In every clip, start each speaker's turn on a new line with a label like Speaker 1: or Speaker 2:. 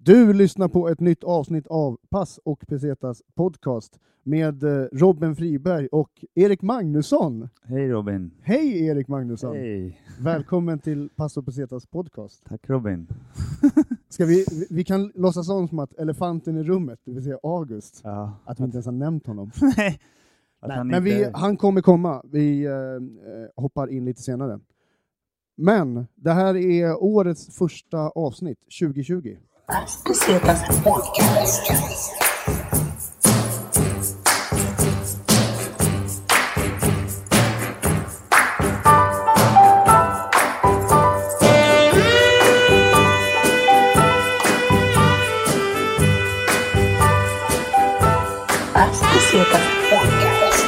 Speaker 1: Du lyssnar på ett nytt avsnitt av Pass och Pesetas podcast med eh, Robin Friberg och Erik Magnusson.
Speaker 2: Hej Robin.
Speaker 1: Hej Erik Magnusson!
Speaker 2: Hej.
Speaker 1: Välkommen till Pass och Pesetas podcast.
Speaker 2: Tack Robin.
Speaker 1: Ska vi, vi- vi kan låtsas om som att elefanten i rummet, det vill säga August,
Speaker 2: Ja.
Speaker 1: att vi inte ens har nämnt honom.
Speaker 2: Nej. Att
Speaker 1: Nej,
Speaker 2: han
Speaker 1: men
Speaker 2: inte...
Speaker 1: vi, han kommer komma. Vi eh, eh, hoppar in lite senare. Men det här är årets första avsnitt, 2020.
Speaker 3: tá As pesetas podcast.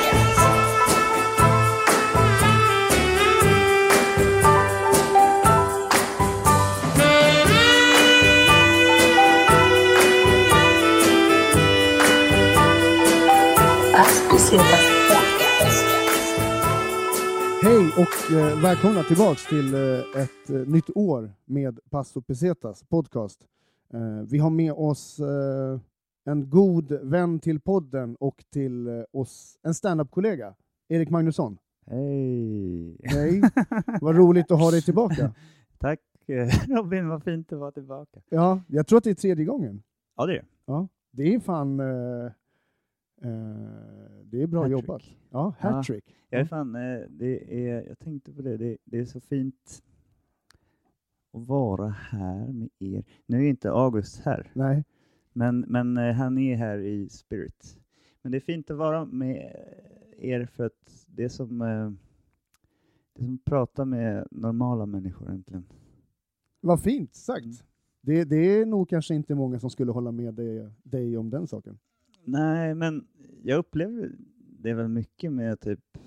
Speaker 3: As pesetas podcast.
Speaker 1: Hej och eh, välkomna tillbaks till eh, ett eh, nytt år med Passo Pesetas podcast. Eh, vi har med oss eh, en god vän till podden och till eh, oss, en standup-kollega, Erik Magnusson.
Speaker 2: Hej.
Speaker 1: Hej, vad roligt att ha dig tillbaka.
Speaker 2: Tack eh, Robin, vad fint att vara tillbaka.
Speaker 1: Ja, jag tror att det är tredje gången.
Speaker 2: Ja det är det.
Speaker 1: Det är fan... Eh, eh, det är bra
Speaker 2: Hattrick.
Speaker 1: jobbat. Ja,
Speaker 2: Ja.
Speaker 1: hattrick.
Speaker 2: Jag är fan, eh, det är, jag tänkte på det, det, det är så fint att vara här med er. Nu är inte August här,
Speaker 1: Nej,
Speaker 2: men, men eh, han är här i spirit. Men det är fint att vara med er för att det är som, eh, det är som att prata med normala människor äntligen.
Speaker 1: vad fint sagt.
Speaker 2: Mm.
Speaker 1: Det, det är nog kanske inte många som skulle hålla med dig, dig om den saken.
Speaker 2: Nej, men jag upplever det väl mycket med typ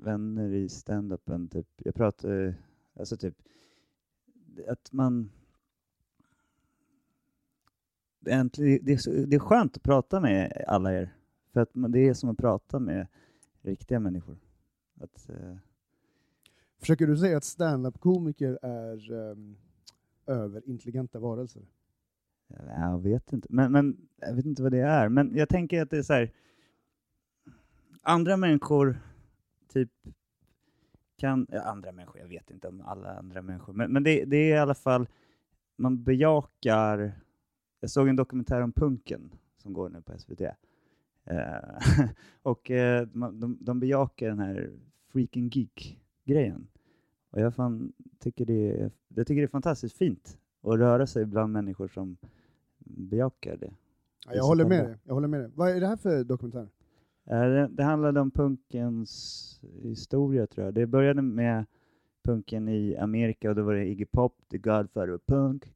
Speaker 2: vänner i stand-upen. Typ. Jag pratar, alltså typ, att man... Det är, äntligen, det, är så, det är skönt att prata med alla er, för att man, det är som att prata med riktiga människor. Att, eh,
Speaker 1: Försöker du säga att standup-komiker är um, överintelligenta varelser?
Speaker 2: Jag vet inte. Men, men jag vet inte vad det är. Men jag tänker att det är så här. Andra människor typ kan, ja, andra människor, jag vet inte om alla andra människor, men, men det, det är i alla fall, man bejakar, jag såg en dokumentär om punken som går nu på SVT. Eh, och eh, man, de, de bejakar den här freaking geek-grejen. Och jag fan tycker det, är- jag tycker det är fantastiskt fint och röra sig bland människor som bejakar det.
Speaker 1: Ja,
Speaker 2: Det är
Speaker 1: jag,
Speaker 2: så
Speaker 1: håller med
Speaker 2: jävla-
Speaker 1: dig. jag håller med dig. Vad är det här för dokumentär?
Speaker 2: Eh, Det, det handlade om punkens historia tror jag. Det började med punken i Amerika och då var det Iggy Pop, The Godfather of Punk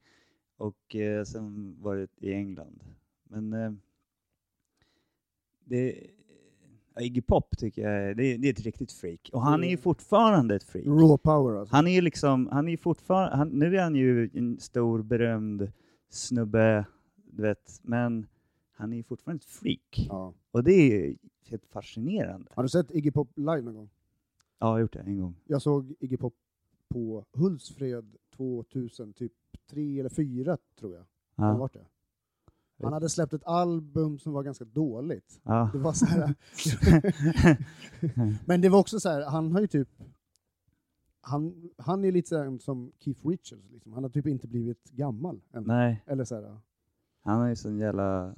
Speaker 2: och eh, sen var det i England. Men eh, det, ja, Iggy Pop tycker jag är- det, är- det är ett riktigt freak och han är ju
Speaker 1: Mm.
Speaker 2: fortfarande ett freak.
Speaker 1: Raw power alltså.
Speaker 2: Han är ju liksom, han är fortfarande, han, nu är han ju en stor berömd snubbe, du vet, men han är ju fortfarande ett freak.
Speaker 1: Ja.
Speaker 2: Och det är ju helt fascinerande.
Speaker 1: Har du sett Iggy Pop live någon gång?
Speaker 2: Ja, jag har gjort det en gång.
Speaker 1: Jag såg Iggy Pop på Hultsfred 2000, typ tre eller fyra tror jag. Har det
Speaker 2: Ja,
Speaker 1: varit det? Han hade släppt ett album som var ganska dåligt.
Speaker 2: ja.
Speaker 1: Det var så här, men det var också så här, han har ju typ... Han, han är lite så här som Keith Richards, liksom. han har typ inte blivit gammal än.
Speaker 2: Nej,
Speaker 1: Eller så här,
Speaker 2: han har ju sån jävla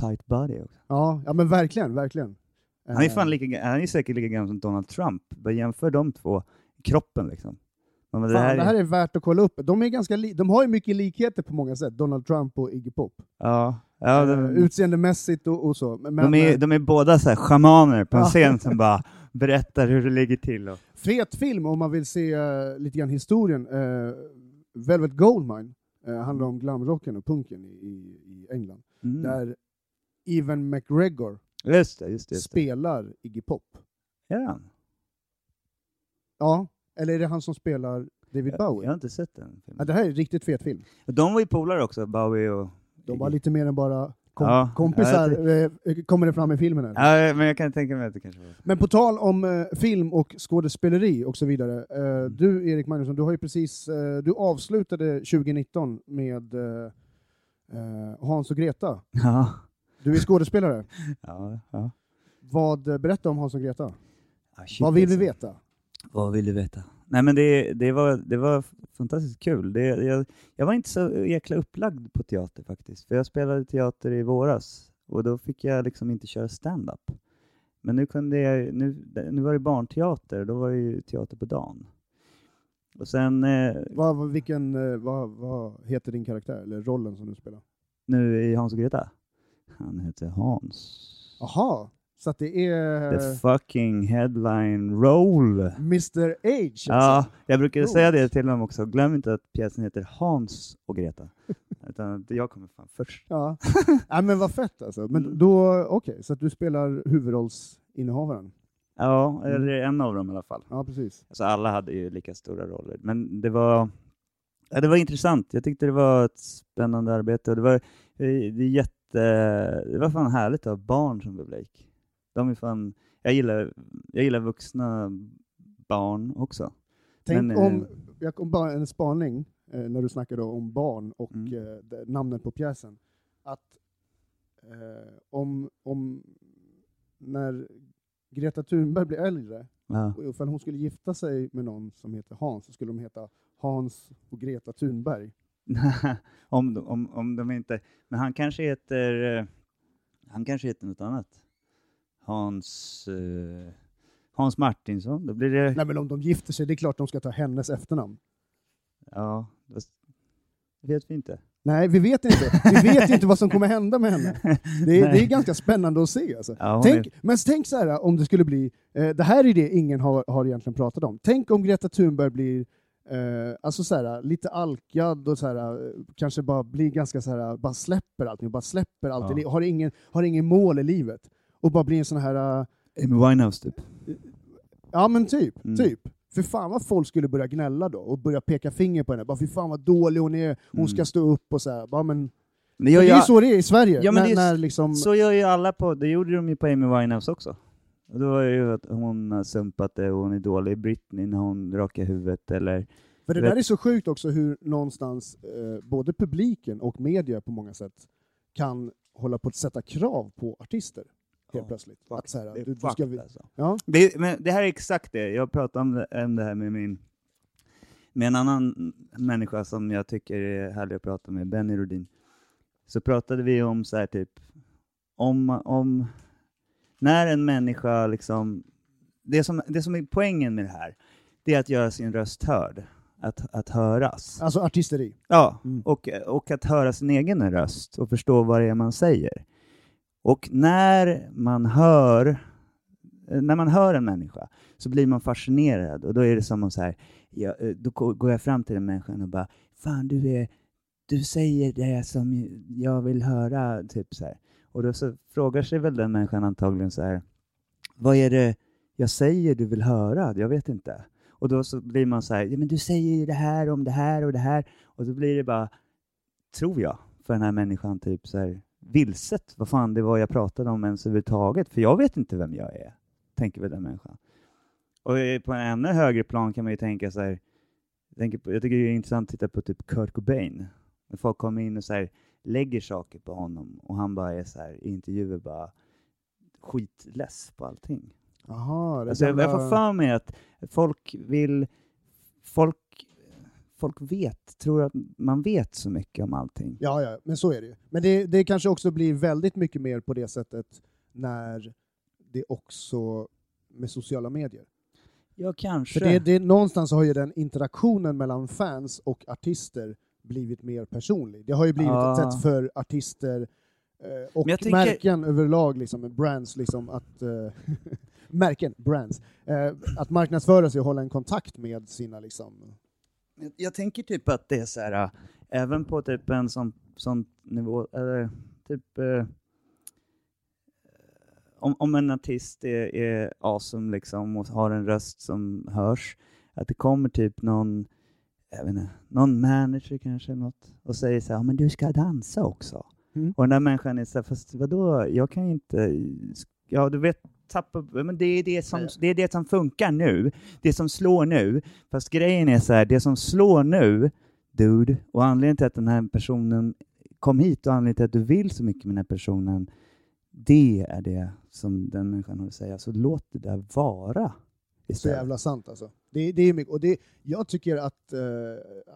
Speaker 2: tight body också.
Speaker 1: ja, ja, men verkligen, verkligen.
Speaker 2: Han är, fan
Speaker 1: Eh,
Speaker 2: lika, ga- han är ju säkert lika gammal som Donald Trump. Bara jämför de två, kroppen liksom. Men
Speaker 1: fan, det, här är... värt att kolla upp. De, är ganska li- de har ju mycket likheter på många sätt, Donald Trump och Iggy Pop.
Speaker 2: Ja, ja
Speaker 1: Eh,
Speaker 2: de,
Speaker 1: Utseendemässigt och, och så. Men,
Speaker 2: Mm. de, är,
Speaker 1: eh,
Speaker 2: de är båda så här schamaner på en
Speaker 1: Ja.
Speaker 2: scen som bara berättar hur det ligger till. Och,
Speaker 1: fet film om man vill se eh, lite grann historien. Eh, Velvet Goldmine eh, handlar om glamrocken och punken i, i, i England.
Speaker 2: mm.
Speaker 1: Där Evan McGregor
Speaker 2: Just det, just det. Just det.
Speaker 1: spelar Iggy Pop.
Speaker 2: Gör han?
Speaker 1: Ja, eller är det han som spelar David
Speaker 2: Jag, jag
Speaker 1: Bowie?
Speaker 2: har inte sett den.
Speaker 1: Ja,
Speaker 2: filmen.
Speaker 1: det här är en riktigt fet film.
Speaker 2: De var ju polare också, Bowie och...
Speaker 1: De var lite mer än bara kom-
Speaker 2: Ja,
Speaker 1: kompisar,
Speaker 2: ja,
Speaker 1: eh, kommer det fram i filmen. Här.
Speaker 2: Ja, men jag kan tänka mig att det kanske var...
Speaker 1: Men på tal om eh, film och skådespeleri och så vidare. Eh,
Speaker 2: Mm.
Speaker 1: du Erik Magnusson, du har ju precis, eh, du avslutade 2019 med eh, Eh, Hans och Greta,
Speaker 2: Ja.
Speaker 1: du är skådespelare.
Speaker 2: ja, ja.
Speaker 1: Vad, eh, berätta om Hans och Greta.
Speaker 2: Ah, shit,
Speaker 1: Vad vill vi
Speaker 2: alltså.
Speaker 1: veta?
Speaker 2: Vad vill du veta? Nej, men det, det, var, det var fantastiskt kul. Det, jag, jag var inte så jäkla upplagd på teater faktiskt, för jag spelade teater i våras och då fick jag liksom inte köra stand-up. Men nu, kunde jag, nu, nu var det barnteater och då var det ju teater på dagen. Och sen, eh,
Speaker 1: Vad, vad- vilken, eh, vad, vad heter din karaktär, eller rollen som du spelar?
Speaker 2: nu i Hans och Greta, han heter Hans.
Speaker 1: Jaha, så att det är
Speaker 2: The fucking headline roll!
Speaker 1: Mr Age?
Speaker 2: Ja, jag brukar
Speaker 1: Coolt.
Speaker 2: säga det till dem också. Glöm inte att pjäsen heter Hans och Greta. Utan att jag kommer fan först.
Speaker 1: Ja. ja, men vad fett alltså. Men
Speaker 2: Mm.
Speaker 1: då, okej, så att du spelar huvudrollsinnehavaren?
Speaker 2: Ja, eller en av dem i alla fall.
Speaker 1: Ja, precis.
Speaker 2: Alltså alla hade ju lika stora roller. Men det var, ja, det var intressant. Jag tyckte det var ett spännande arbete. Och det, var, eh, det, är jätte, det var fan härligt att ha barn som publik. De är fan, jag, gillar, jag gillar vuxna barn också.
Speaker 1: Tänk
Speaker 2: Men, eh,
Speaker 1: om, jag kom bara en spaning eh, när du snackade om barn och
Speaker 2: Mm.
Speaker 1: eh, d- namnet på pjäsen. Att eh, om, om när Greta Thunberg blir äldre,
Speaker 2: Ja.
Speaker 1: och ifall hon skulle gifta sig med någon som heter Hans, så skulle de heta Hans och Greta Thunberg.
Speaker 2: om, de- om, om de inte... Men han kanske heter... eh, Han kanske heter något annat. Hans... eh, Hans Martinsson. Då blir det...
Speaker 1: Nej, men om de gifter sig, det är klart de ska ta hennes efternamn.
Speaker 2: Ja, då s- det vet vi inte.
Speaker 1: Nej, vi vet inte. Vi vet inte vad som kommer hända med henne. Det är, det är ganska spännande att se. Alltså.
Speaker 2: Ja, hon
Speaker 1: Tänk,
Speaker 2: är-
Speaker 1: men tänk så här om det skulle bli, eh, det här är det ingen har, har egentligen pratat om. Tänk om Greta Thunberg blir eh, alltså så här, lite alkad och så här, eh, kanske bara blir ganska så här, bara släpper allting, bara släpper allt,
Speaker 2: Ja.
Speaker 1: i li- har, ingen, har ingen mål i livet och bara blir en sån här, eh,
Speaker 2: Amy Winehouse typ.
Speaker 1: ja men typ,
Speaker 2: Mm.
Speaker 1: typ. För fan vad folk skulle börja gnälla då och börja peka finger på henne. Bara, för fan vad dålig hon är, hon
Speaker 2: Mm.
Speaker 1: ska stå upp och så här. Bara, men,
Speaker 2: Men jag,
Speaker 1: det är ju
Speaker 2: jag, så...
Speaker 1: så det är i Sverige.
Speaker 2: Ja, men
Speaker 1: när,
Speaker 2: det är-
Speaker 1: när liksom,
Speaker 2: gör ju alla på... Det gjorde de ju på Amy Winehouse också. Och då var det ju att hon har sumpat det och hon är dålig. Britney när hon rakar huvudet eller...
Speaker 1: för det
Speaker 2: vet-
Speaker 1: där är så sjukt också hur någonstans eh, både publiken och media på många sätt kan hålla på att sätta krav på artister helt
Speaker 2: Ja,
Speaker 1: plötsligt.
Speaker 2: fuck.
Speaker 1: Att så här,
Speaker 2: Det är
Speaker 1: du, du
Speaker 2: fucked,
Speaker 1: ska, vi-
Speaker 2: alltså.
Speaker 1: ja,
Speaker 2: Det, men det här är exakt det. Jag pratade om det, om det här med min med en annan människa som jag tycker är härlig att prata med, Benny Rodin. Så pratade vi om så här typ, om, om när en människa liksom, det som, det som är poängen med det här, det är att göra sin röst hörd. Att, att höras.
Speaker 1: alltså artisteri.
Speaker 2: Ja,
Speaker 1: Mm.
Speaker 2: och, och att höra sin egen röst och förstå vad det är man säger. Och när man hör när man hör en människa så blir man fascinerad och då är det som om så här, ja, eh, då ko- går jag fram till den människan och bara Fan du är, du säger det som jag vill höra, typ så här. Och då så frågar sig väl den människan antagligen så här, vad är det jag säger du vill höra? Jag vet inte. Och då så blir man så här, ja men du säger ju det här om det här och det här. Och då blir det bara, tror jag, för den här människan typ så här vilset vad fan det var jag pratade om ens överhuvudtaget. För jag vet inte vem jag är, tänker väl den människan. Och eh, på en ännu högre plan kan man ju tänka så här, jag, tänker på, jag tycker det är intressant att titta på typ Kurt Cobain. När folk kommer in och så här, lägger saker på honom och han bara är så här, i intervjuer bara skitless på allting.
Speaker 1: Aha, det
Speaker 2: Alltså, jag, jag
Speaker 1: gamla-
Speaker 2: får för mig att folk vill... Folk, folk vet, tror att man vet så mycket om allting.
Speaker 1: Ja, ja, men så är det ju. Men det, det kanske också blir väldigt mycket mer på det sättet när det också med sociala medier.
Speaker 2: Ja, kanske.
Speaker 1: För det, det, någonstans har ju den interaktionen mellan fans och artister blivit mer personlig. Det har ju blivit
Speaker 2: Ah.
Speaker 1: ett sätt för artister eh, och
Speaker 2: Men jag tänker-
Speaker 1: märken överlag, liksom, brands, liksom, att, eh, märken, brands, eh, att marknadsföra sig och hålla en kontakt med sina... Liksom,
Speaker 2: Jag, jag tänker typ att det är så här, äh, även på typ en sån, sån nivå, eller typ eh, om, om en artist är, är awesome liksom och har en röst som hörs, att det kommer typ någon, jag vet inte, någon manager kanske något och säger så här, "Ja, men du ska dansa också.
Speaker 1: Mm.
Speaker 2: Och den där människan är så här, fast vadå, jag kan ju inte, ja du vet, tappa, men det är det, som,
Speaker 1: Nej.
Speaker 2: det är det som funkar nu, det som slår nu, Fast grejen är så här, det som slår nu, dude, och anledningen till att den här personen kom hit och anledningen till att du vill så mycket med den här personen, det är det som den människan har att säga. Så låt det där vara.
Speaker 1: Så
Speaker 2: istället.
Speaker 1: jävla sant alltså. Det, det är mycket. Och det, jag tycker att eh,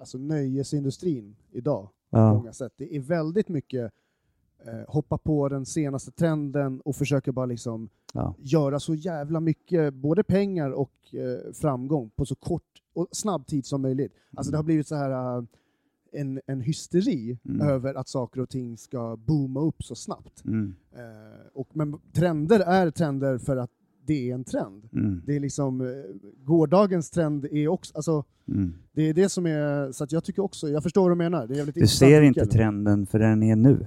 Speaker 1: alltså nöjesindustrin idag, på
Speaker 2: Ja.
Speaker 1: många sätt, det är väldigt mycket eh, hoppa på den senaste trenden och försöka bara liksom
Speaker 2: Ja.
Speaker 1: göra så jävla mycket, både pengar och eh, framgång på så kort och snabb tid som möjligt. Alltså
Speaker 2: Mm.
Speaker 1: det har blivit så här eh, en, en hysteri
Speaker 2: Mm.
Speaker 1: över att saker och ting ska booma upp så snabbt.
Speaker 2: Mm.
Speaker 1: Eh, och, men trender är trender för att det är en trend.
Speaker 2: Mm.
Speaker 1: Det är liksom, eh, gårdagens trend är också, alltså
Speaker 2: Mm.
Speaker 1: det är det som är, så att jag tycker också, jag förstår vad du menar. Det är jävligt
Speaker 2: Du
Speaker 1: intressant
Speaker 2: ser inte
Speaker 1: vinkel.
Speaker 2: trenden för den är nu.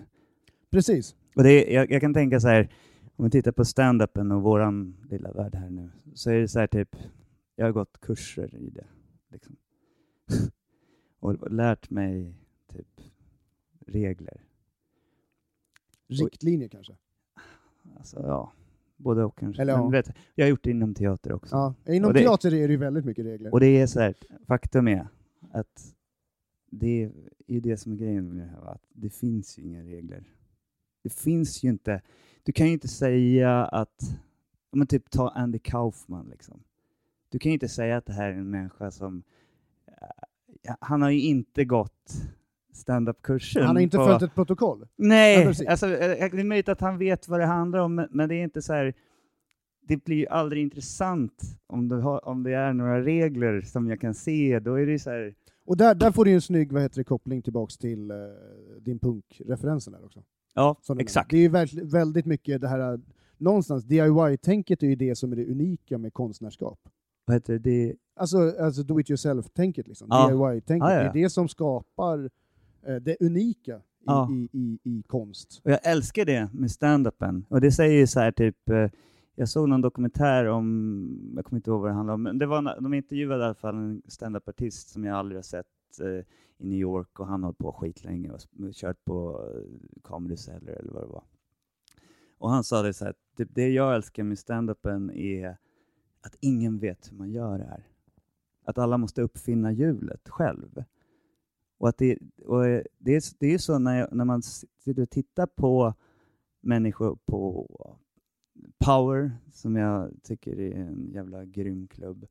Speaker 1: Precis.
Speaker 2: Och det är, jag, jag kan tänka så här, om vi tittar på stand-upen och våran lilla värld här nu, så är det så här typ, jag har gått kurser i det. Liksom. och lärt mig typ regler.
Speaker 1: Riktlinjer kanske.
Speaker 2: Alltså ja, både och kanske.
Speaker 1: Eller
Speaker 2: Men
Speaker 1: ja.
Speaker 2: du vet, jag har gjort det inom teater också.
Speaker 1: Ja. Inom
Speaker 2: Och det-
Speaker 1: teater är det ju väldigt mycket regler.
Speaker 2: Och det är så här, faktum är att det är ju det som är grejen med det här, va? att det finns ju inga regler. Det finns ju inte, du kan ju inte säga att, ja, men typ ta Andy Kaufman liksom. Du kan ju inte säga att det här är en människa som, eh, han har ju inte gått stand-up-kursen.
Speaker 1: Han har inte
Speaker 2: på-
Speaker 1: följt ett protokoll. Ja,
Speaker 2: Nej,
Speaker 1: precis.
Speaker 2: alltså, eh, det är möjligt att han vet vad det handlar om, men- men det är inte så här. Det blir ju aldrig intressant om det, har, om det är några regler som jag kan se. Då är det ju så här,
Speaker 1: Och där, där får du ju en snygg vad heter det, koppling tillbaks till eh, din punkreferensen där också.
Speaker 2: ja,
Speaker 1: som du
Speaker 2: exakt.
Speaker 1: nämnde. Det är ju verkl- väldigt mycket det här, eh, någonstans, DIY-tänket är ju det som är det unika med konstnärskap.
Speaker 2: Vad heter det? det?
Speaker 1: Alltså, alltså do it yourself-tänket, liksom.
Speaker 2: Ja.
Speaker 1: DIY-tänket.
Speaker 2: Ja, ja,
Speaker 1: Det
Speaker 2: ja.
Speaker 1: är det som skapar eh, det unika i,
Speaker 2: Ja.
Speaker 1: i, i, i konst.
Speaker 2: Och jag älskar det med stand-upen. Och det säger ju så här typ, eh, jag såg någon dokumentär om, jag kommer inte ihåg vad det handlade om, men det var, en- de intervjuade i alla fall en stand-up-artist som jag aldrig har sett eh, i New York och han har hållit på skitlänge och s- kört på eh, Comedy Cellar eller vad det var. Och han sa det så här, typ, det jag älskar med stand-upen är att ingen vet hur man gör det här. Att alla måste uppfinna hjulet själv. Och att det, och eh, det, är, det är ju så när, jag, när man sitter och tittar på människor på Power, som jag tycker är en jävla grym klubb,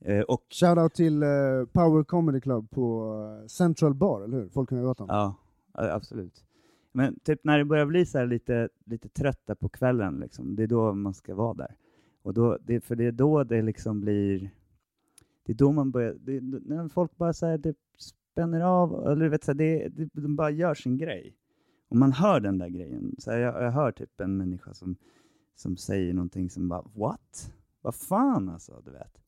Speaker 2: eh, och
Speaker 1: Shoutout till eh, Power Comedy Club på eh, Central Bar, eller hur? Folkungagatan.
Speaker 2: Ja, ja, absolut. Men typ när det börjar bli så här lite, lite trött där på kvällen, liksom, det är då man ska vara där. Och då, det, för det är då det liksom blir... Det är då man börjar... Det, när folk bara så här, det spänner av, eller du vet, så här, det, det, de bara gör sin grej. Och man hör den där grejen. Så här, jag, jag hör typ en människa som, som säger någonting som bara ”What?” Vad fan alltså, du vet.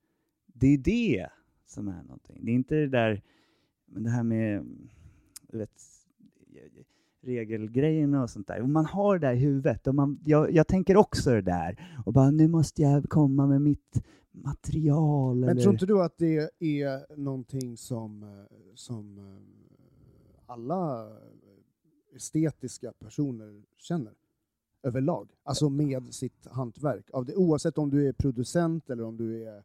Speaker 2: Det är det som är någonting. Det är inte det där, men det här med du vet, regelgrejerna och sånt där. Och man har det där i huvudet. Och man, jag, jag tänker också det där. Och bara, nu måste jag komma med mitt material.
Speaker 1: Men
Speaker 2: eller...
Speaker 1: tror inte du att det är någonting som, eh, som eh, alla eh, estetiska personer känner överlag? Alltså med sitt hantverk. Av det, oavsett om du är producent eller om du är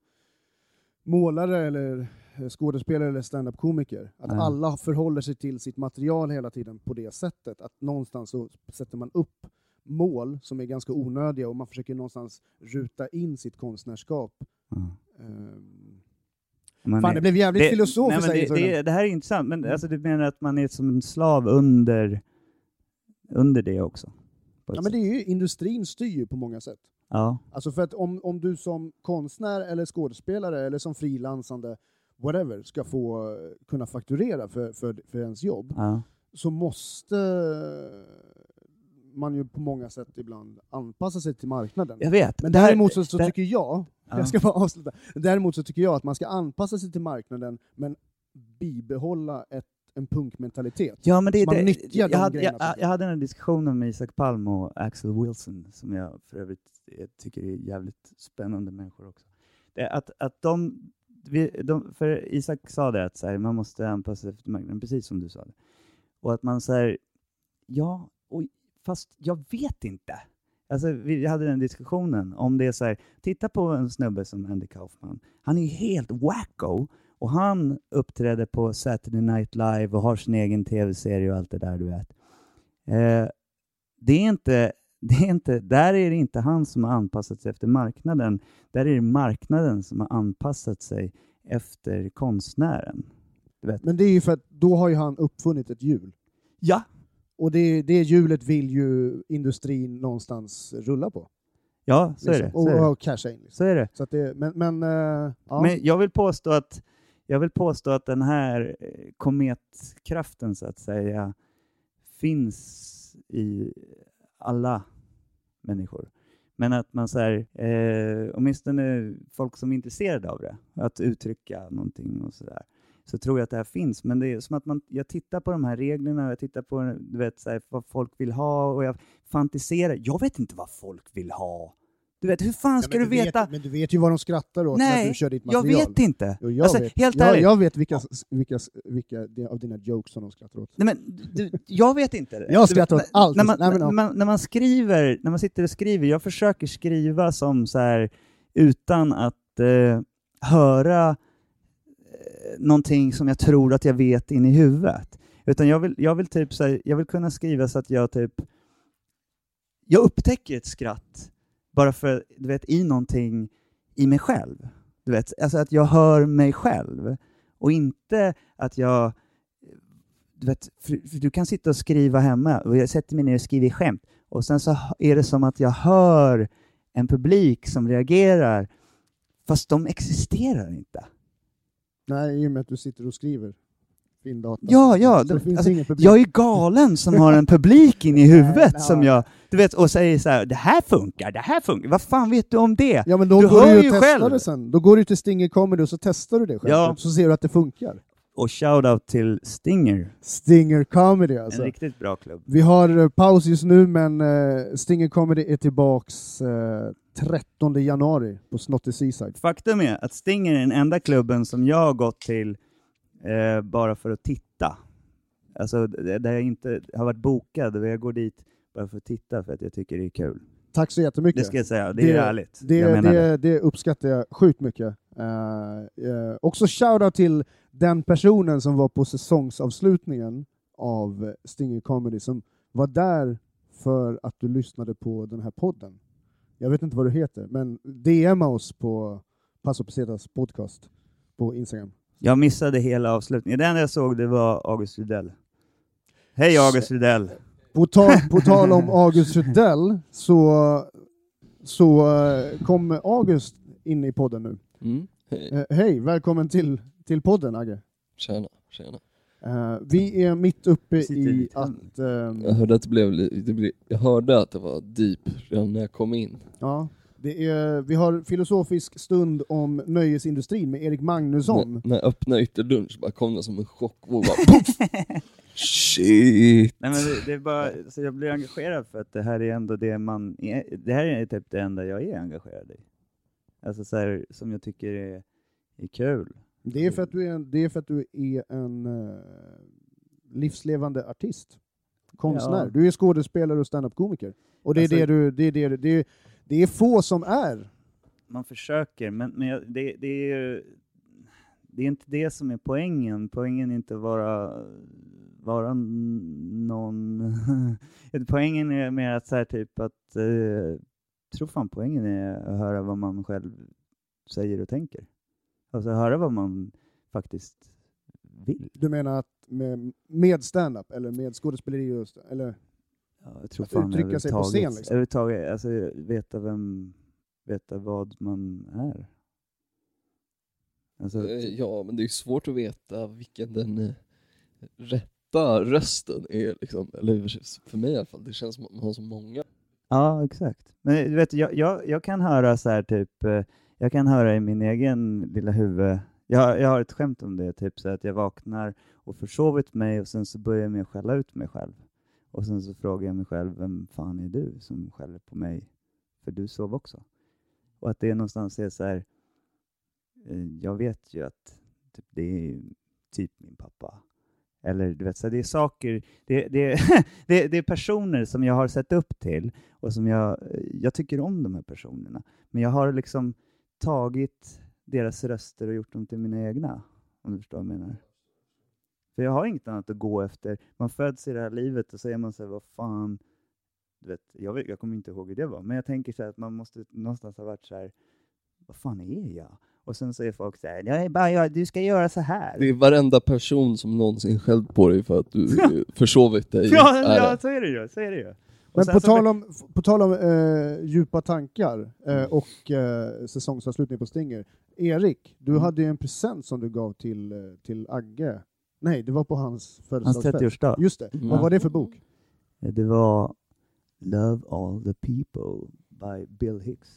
Speaker 1: målare eller eh, skådespelare eller standup-komiker. Att
Speaker 2: Ja.
Speaker 1: alla förhåller sig till sitt material hela tiden på det sättet. Att någonstans så sätter man upp mål som är ganska onödiga och man försöker någonstans ruta in sitt konstnärskap
Speaker 2: Ja.
Speaker 1: Ehm,
Speaker 2: Man
Speaker 1: Fan,
Speaker 2: är-
Speaker 1: det blev jävligt
Speaker 2: det- nej,
Speaker 1: filosofiskt.
Speaker 2: men
Speaker 1: här,
Speaker 2: det,
Speaker 1: insåg jag.
Speaker 2: det, det här är intressant, men alltså, du menar att man är som en slav under, under det också? på ett
Speaker 1: ja, men
Speaker 2: sätt.
Speaker 1: det är ju, industrin styr ju på många sätt.
Speaker 2: ja.
Speaker 1: Alltså för att om, om du som konstnär eller skådespelare eller som frilansande whatever, ska få eh, kunna fakturera för, för, för ens jobb
Speaker 2: Ja.
Speaker 1: så måste man ju på många sätt ibland anpassa sig till marknaden.
Speaker 2: Jag vet.
Speaker 1: Men
Speaker 2: det här-
Speaker 1: däremot så, så
Speaker 2: det-
Speaker 1: tycker jag,
Speaker 2: Ja.
Speaker 1: jag ska bara avsluta, däremot så tycker jag att man ska anpassa sig till marknaden men bibehålla ett, en punkmentalitet.
Speaker 2: Ja, men det,
Speaker 1: Så man
Speaker 2: det,
Speaker 1: nyttjar
Speaker 2: jag,
Speaker 1: de
Speaker 2: hade, jag,
Speaker 1: grejerna, tycker
Speaker 2: jag hade den här diskussionen med Isak Palm och Axel Wilson, som jag för övrigt eh, tycker är jävligt spännande människor också. Det, är att, att de, vi, de, för Isak sa det att så här, man måste anpassa sig efter marknaden, precis som du sa. Det. Och att man säger ja, och, fast jag vet inte. Alltså, vi hade den diskussionen om det är så här, titta på en snubbe som Andy Kaufman. Han är ju helt wacko och han uppträder på Saturday Night Live och har sin egen tv-serie och allt det där du vet. Eh, det är inte, det är inte, där är det inte han som har anpassat sig efter marknaden. Där är det marknaden som har anpassat sig efter konstnären. Du vet.
Speaker 1: Men det är ju för att då har ju han uppfunnit ett hjul.
Speaker 2: Ja,
Speaker 1: Och det, det hjulet vill ju industrin någonstans rulla på.
Speaker 2: ja så, är det,
Speaker 1: liksom.
Speaker 2: så är
Speaker 1: Och,
Speaker 2: det.
Speaker 1: och casha in. Liksom.
Speaker 2: Så är det.
Speaker 1: Så att det, men men, eh, ja.
Speaker 2: Men jag vill påstå att jag vill påstå att den här eh, kometkraften så att säga finns i alla människor. Men att man så här, eh, åtminstone folk som är intresserade av det, att uttrycka någonting och sådär, så tror jag att det här finns. Men det är som att man, jag tittar på de här reglerna, jag tittar på du vet, så här, vad folk vill ha och jag fantiserar. Jag vet inte vad folk vill ha. Du vet, hur fan
Speaker 1: Ja,
Speaker 2: ska
Speaker 1: men
Speaker 2: du veta?
Speaker 1: Vet, men du vet ju vad de skrattar åt
Speaker 2: Nej,
Speaker 1: när du kör ditt
Speaker 2: jag
Speaker 1: material.
Speaker 2: vet inte.
Speaker 1: Jo, jag
Speaker 2: Alltså,
Speaker 1: vet.
Speaker 2: Helt
Speaker 1: jag,
Speaker 2: ärligt.
Speaker 1: jag vet vilka, vilka, vilka av dina jokes som de skrattar åt.
Speaker 2: Nej, men, du, jag vet inte. det.
Speaker 1: Jag
Speaker 2: Du-
Speaker 1: skrattar åt
Speaker 2: när-
Speaker 1: allt.
Speaker 2: När man,
Speaker 1: Nej, men
Speaker 2: när,
Speaker 1: ja.
Speaker 2: man, när man skriver, när man sitter och skriver, jag försöker skriva som så här utan att eh, höra eh, någonting som jag tror att jag vet in i huvudet. Utan jag vill, jag vill, typ, så här, jag vill kunna skriva så att jag typ jag upptäcker ett skratt bara för, du vet, i någonting i mig själv. Du vet, alltså att jag hör mig själv och inte att jag du, vet, för, för du kan sitta och skriva hemma och jag sätter mig ner och skriver skämt och sen så h- är det som att jag hör en publik som reagerar fast de existerar inte.
Speaker 1: Nej, i och med att du sitter och skriver findata.
Speaker 2: Ja, ja,
Speaker 1: Så
Speaker 2: det-
Speaker 1: det finns
Speaker 2: alltså,
Speaker 1: ingen publik.
Speaker 2: Jag är galen som har en publik in i
Speaker 1: ja.
Speaker 2: huvudet som jag, du vet, och säger så här, det här funkar, det här funkar, vad fan vet du om det?
Speaker 1: Ja, men då
Speaker 2: Du
Speaker 1: går
Speaker 2: hör
Speaker 1: du ju
Speaker 2: ju
Speaker 1: och testar
Speaker 2: själv.
Speaker 1: det sen. Då går du till Stinger Comedy och så testar du det själv.
Speaker 2: Ja.
Speaker 1: Så ser du att det funkar.
Speaker 2: Och shoutout till Stinger,
Speaker 1: Stinger Comedy alltså.
Speaker 2: en riktigt bra klubb.
Speaker 1: Vi har eh, paus just nu, men eh, Stinger Comedy är tillbaks eh, 13 januari på Snotty Seaside.
Speaker 2: Faktum är att Stinger är den enda klubben som jag har gått till eh, bara för att titta. Alltså d- där jag inte har varit bokad, och jag går dit bara för att titta för att jag tycker det är kul.
Speaker 1: Tack så jättemycket.
Speaker 2: Det ska jag säga, det,
Speaker 1: Det-
Speaker 2: är ärligt. jag
Speaker 1: Det,
Speaker 2: menar
Speaker 1: det,
Speaker 2: det.
Speaker 1: det uppskattar jag sjukt mycket. Eh, eh, också shoutout till den personen som var på säsongsavslutningen av eh, Stinger Comedy som var där för att du lyssnade på den här podden. Jag vet inte vad du heter, men DMa oss på Passo Pesetas podcast på Instagram.
Speaker 2: Jag missade hela avslutningen. Det enda jag såg det var August Rydell. Hej August Rydell!
Speaker 1: På tal, på tal om August Rydell så, så eh, kom August in i podden nu.
Speaker 4: Mm. Hej.
Speaker 1: Eh, Hej, välkommen till, till podden Agge.
Speaker 4: Tjena, tjena.
Speaker 1: Eh, vi är mitt uppe
Speaker 2: Sitter
Speaker 1: i
Speaker 2: lite hemma.
Speaker 1: att... ehm,
Speaker 4: Jag hörde att det blev, li- det blev jag hörde att det var deep redan när jag kom in.
Speaker 1: ja, det är, vi har filosofisk stund om nöjesindustrin med Erik Magnusson.
Speaker 4: När, när jag öppnade ytterlunch så bara kom det som en chockvåg. bara Puff! Shit!
Speaker 2: Nej, men det- det är bara, så jag blir engagerad för att det här är ändå det man... är- Det här är typ det enda jag är engagerad i. Alltså så här, som jag tycker är, är kul.
Speaker 1: Det, är för att du är en, det är för att du är en eh, livslevande artist. Konstnär.
Speaker 2: Ja.
Speaker 1: Du är skådespelare och standup-komiker. Och det är
Speaker 2: Alltså-
Speaker 1: det du... Det är, det, du- det, är, det är få som är.
Speaker 2: man försöker, men, men jag, det, det är ju det är inte det som är poängen. Poängen är inte att vara, vara n- någon... poängen är mer att så här typ att... Eh, jag tror fan poängen är att höra vad man själv säger och tänker. Alltså höra vad man faktiskt vill.
Speaker 1: Du menar att med, med stand-up eller med skådespeleri just, eller
Speaker 2: Ja, jag tror
Speaker 1: Att
Speaker 2: fan
Speaker 1: uttrycka sig på
Speaker 2: överhuvudtaget-
Speaker 1: scen, liksom.
Speaker 2: Överhuvudtaget, alltså veta vem, veta vad man är. Alltså,
Speaker 4: Eh, Ja, men det är ju svårt att veta vilken den eh, rätta rösten är liksom. Eller för mig i alla fall, det känns som att man har så många.
Speaker 2: Ja, exakt. Men du vet, jag, jag, jag kan höra så här typ, eh, jag kan höra i min egen lilla huvud, jag, har- jag har ett skämt om det, typ så här att jag vaknar och försovit mig och sen så börjar jag med att skälla ut mig själv. Och sen så frågar jag mig själv, vem fan är du som skäller på mig? För du sov också. Och att det någonstans är så här, eh, jag vet ju att typ, det är typ min pappa. Eller du vet, så här, det är saker, det, det, det, det är personer som jag har sett upp till och som jag, jag tycker om de här personerna. Men jag har liksom tagit deras röster och gjort dem till mina egna, om du förstår vad jag menar. För jag har inget annat att gå efter. Man föds i det här livet och så är man så här, vad fan. Du vet, jag, vet, jag kommer inte ihåg hur det var, men jag tänker så här att man måste någonstans ha varit så här, vad fan är jag? Och sen säger folk så här, jag är bara, jag, du ska göra så här.
Speaker 4: Det är varenda person som någonsin skällt på dig för att du eh, försovit dig.
Speaker 2: ja,
Speaker 4: är
Speaker 2: ja,
Speaker 4: det.
Speaker 2: så är det ju. Så är det ju. Och
Speaker 1: Men
Speaker 2: sen
Speaker 1: på
Speaker 2: så-
Speaker 1: tal om, på tal om eh, djupa tankar eh, och eh, säsongsavslutning på Stinger. Erik, du
Speaker 2: Mm.
Speaker 1: hade ju en present som du gav till, eh, till Agge. Nej, det var på hans
Speaker 2: Hans
Speaker 1: födelsedagsfest.
Speaker 2: 30-årsdag.
Speaker 1: Just det.
Speaker 4: Mm.
Speaker 1: Vad var det för bok?
Speaker 2: Det var Love All The People by Bill Hicks.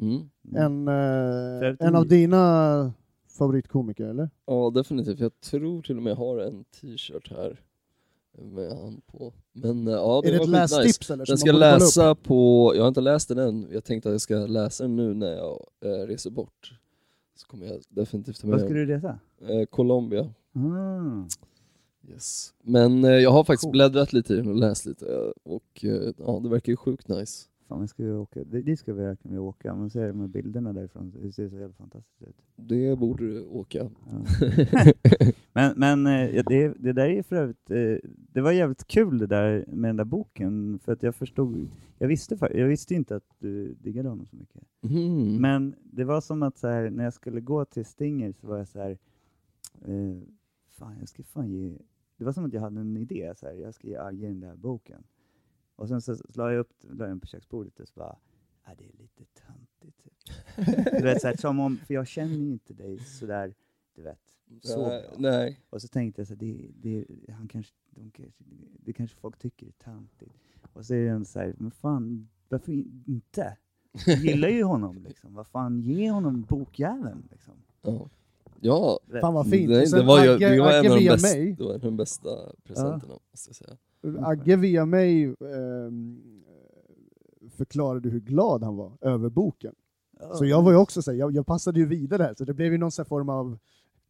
Speaker 4: Mm.
Speaker 1: En, eh,
Speaker 2: 59.
Speaker 1: en av dina favoritkomiker, eller?
Speaker 4: Ja, definitivt. Jag tror till och med jag har en t-shirt här med han på. Men eh, ja, det
Speaker 1: är det
Speaker 4: var
Speaker 1: ett
Speaker 4: skitnice.
Speaker 1: lästips? Eller, som man
Speaker 4: Den ska jag
Speaker 1: borde kolla upp?
Speaker 4: läsa på, jag har inte läst den än, jag tänkte att jag ska läsa den nu när jag eh, reser bort. Så kommer jag definitivt ta med
Speaker 2: Vad ska
Speaker 4: den.
Speaker 2: du läsa?
Speaker 4: Eh, Colombia.
Speaker 2: Mm.
Speaker 4: Yes. Men eh, jag har faktiskt
Speaker 2: Coolt.
Speaker 4: bläddrat lite i den och läst lite eh, och eh, ja, det verkar ju sjukt nice.
Speaker 2: Fan, vi ska vi åka. Det, det ska vi verkligen åka. Man ser de här bilderna därifrån. Det ser så jävla fantastiskt ut.
Speaker 4: Det borde du åka.
Speaker 2: Ja. men men eh, det, det där är ju för övrigt, eh, det var jävligt kul det där med den där boken. För att jag förstod, jag visste, fa- jag visste inte att du diggade honom så mycket.
Speaker 4: Mm.
Speaker 2: Men det var som att så här, när jag skulle gå till Stinger så var jag så här, eh, fan jag ska fan ge, det var som att jag hade en idé, så här, jag ska ge Agge den där boken. Och sen så la jag upp la jag den på köksbordet och så bara, ah, det är lite töntigt. typ." du vet, så här, som om, för jag känner ju inte dig så där, du vet, så
Speaker 4: nej,
Speaker 2: bra.
Speaker 4: nej.
Speaker 2: Och så tänkte jag så här, det, det, han kanske, de kanske, det kanske folk tycker är töntigt. Och så är den så här, men fan, varför in- inte? Jag gillar ju honom liksom. Vad fan, ge honom bokjäveln liksom.
Speaker 4: Ja. ja.
Speaker 2: Rätt.
Speaker 1: Fan vad fint.
Speaker 4: Nej,
Speaker 1: Och sen
Speaker 4: det var, ju,
Speaker 1: Agge,
Speaker 4: det var en
Speaker 1: Agge
Speaker 4: av de
Speaker 1: via
Speaker 4: bästa,
Speaker 1: mig.
Speaker 4: det var en av de bästa presenterna, måste jag säga.
Speaker 1: Agge via mig ehm, förklarade hur glad han var över boken. Så jag var ju också så här, jag, jag passade ju vidare här, så det blev ju någon sån här form av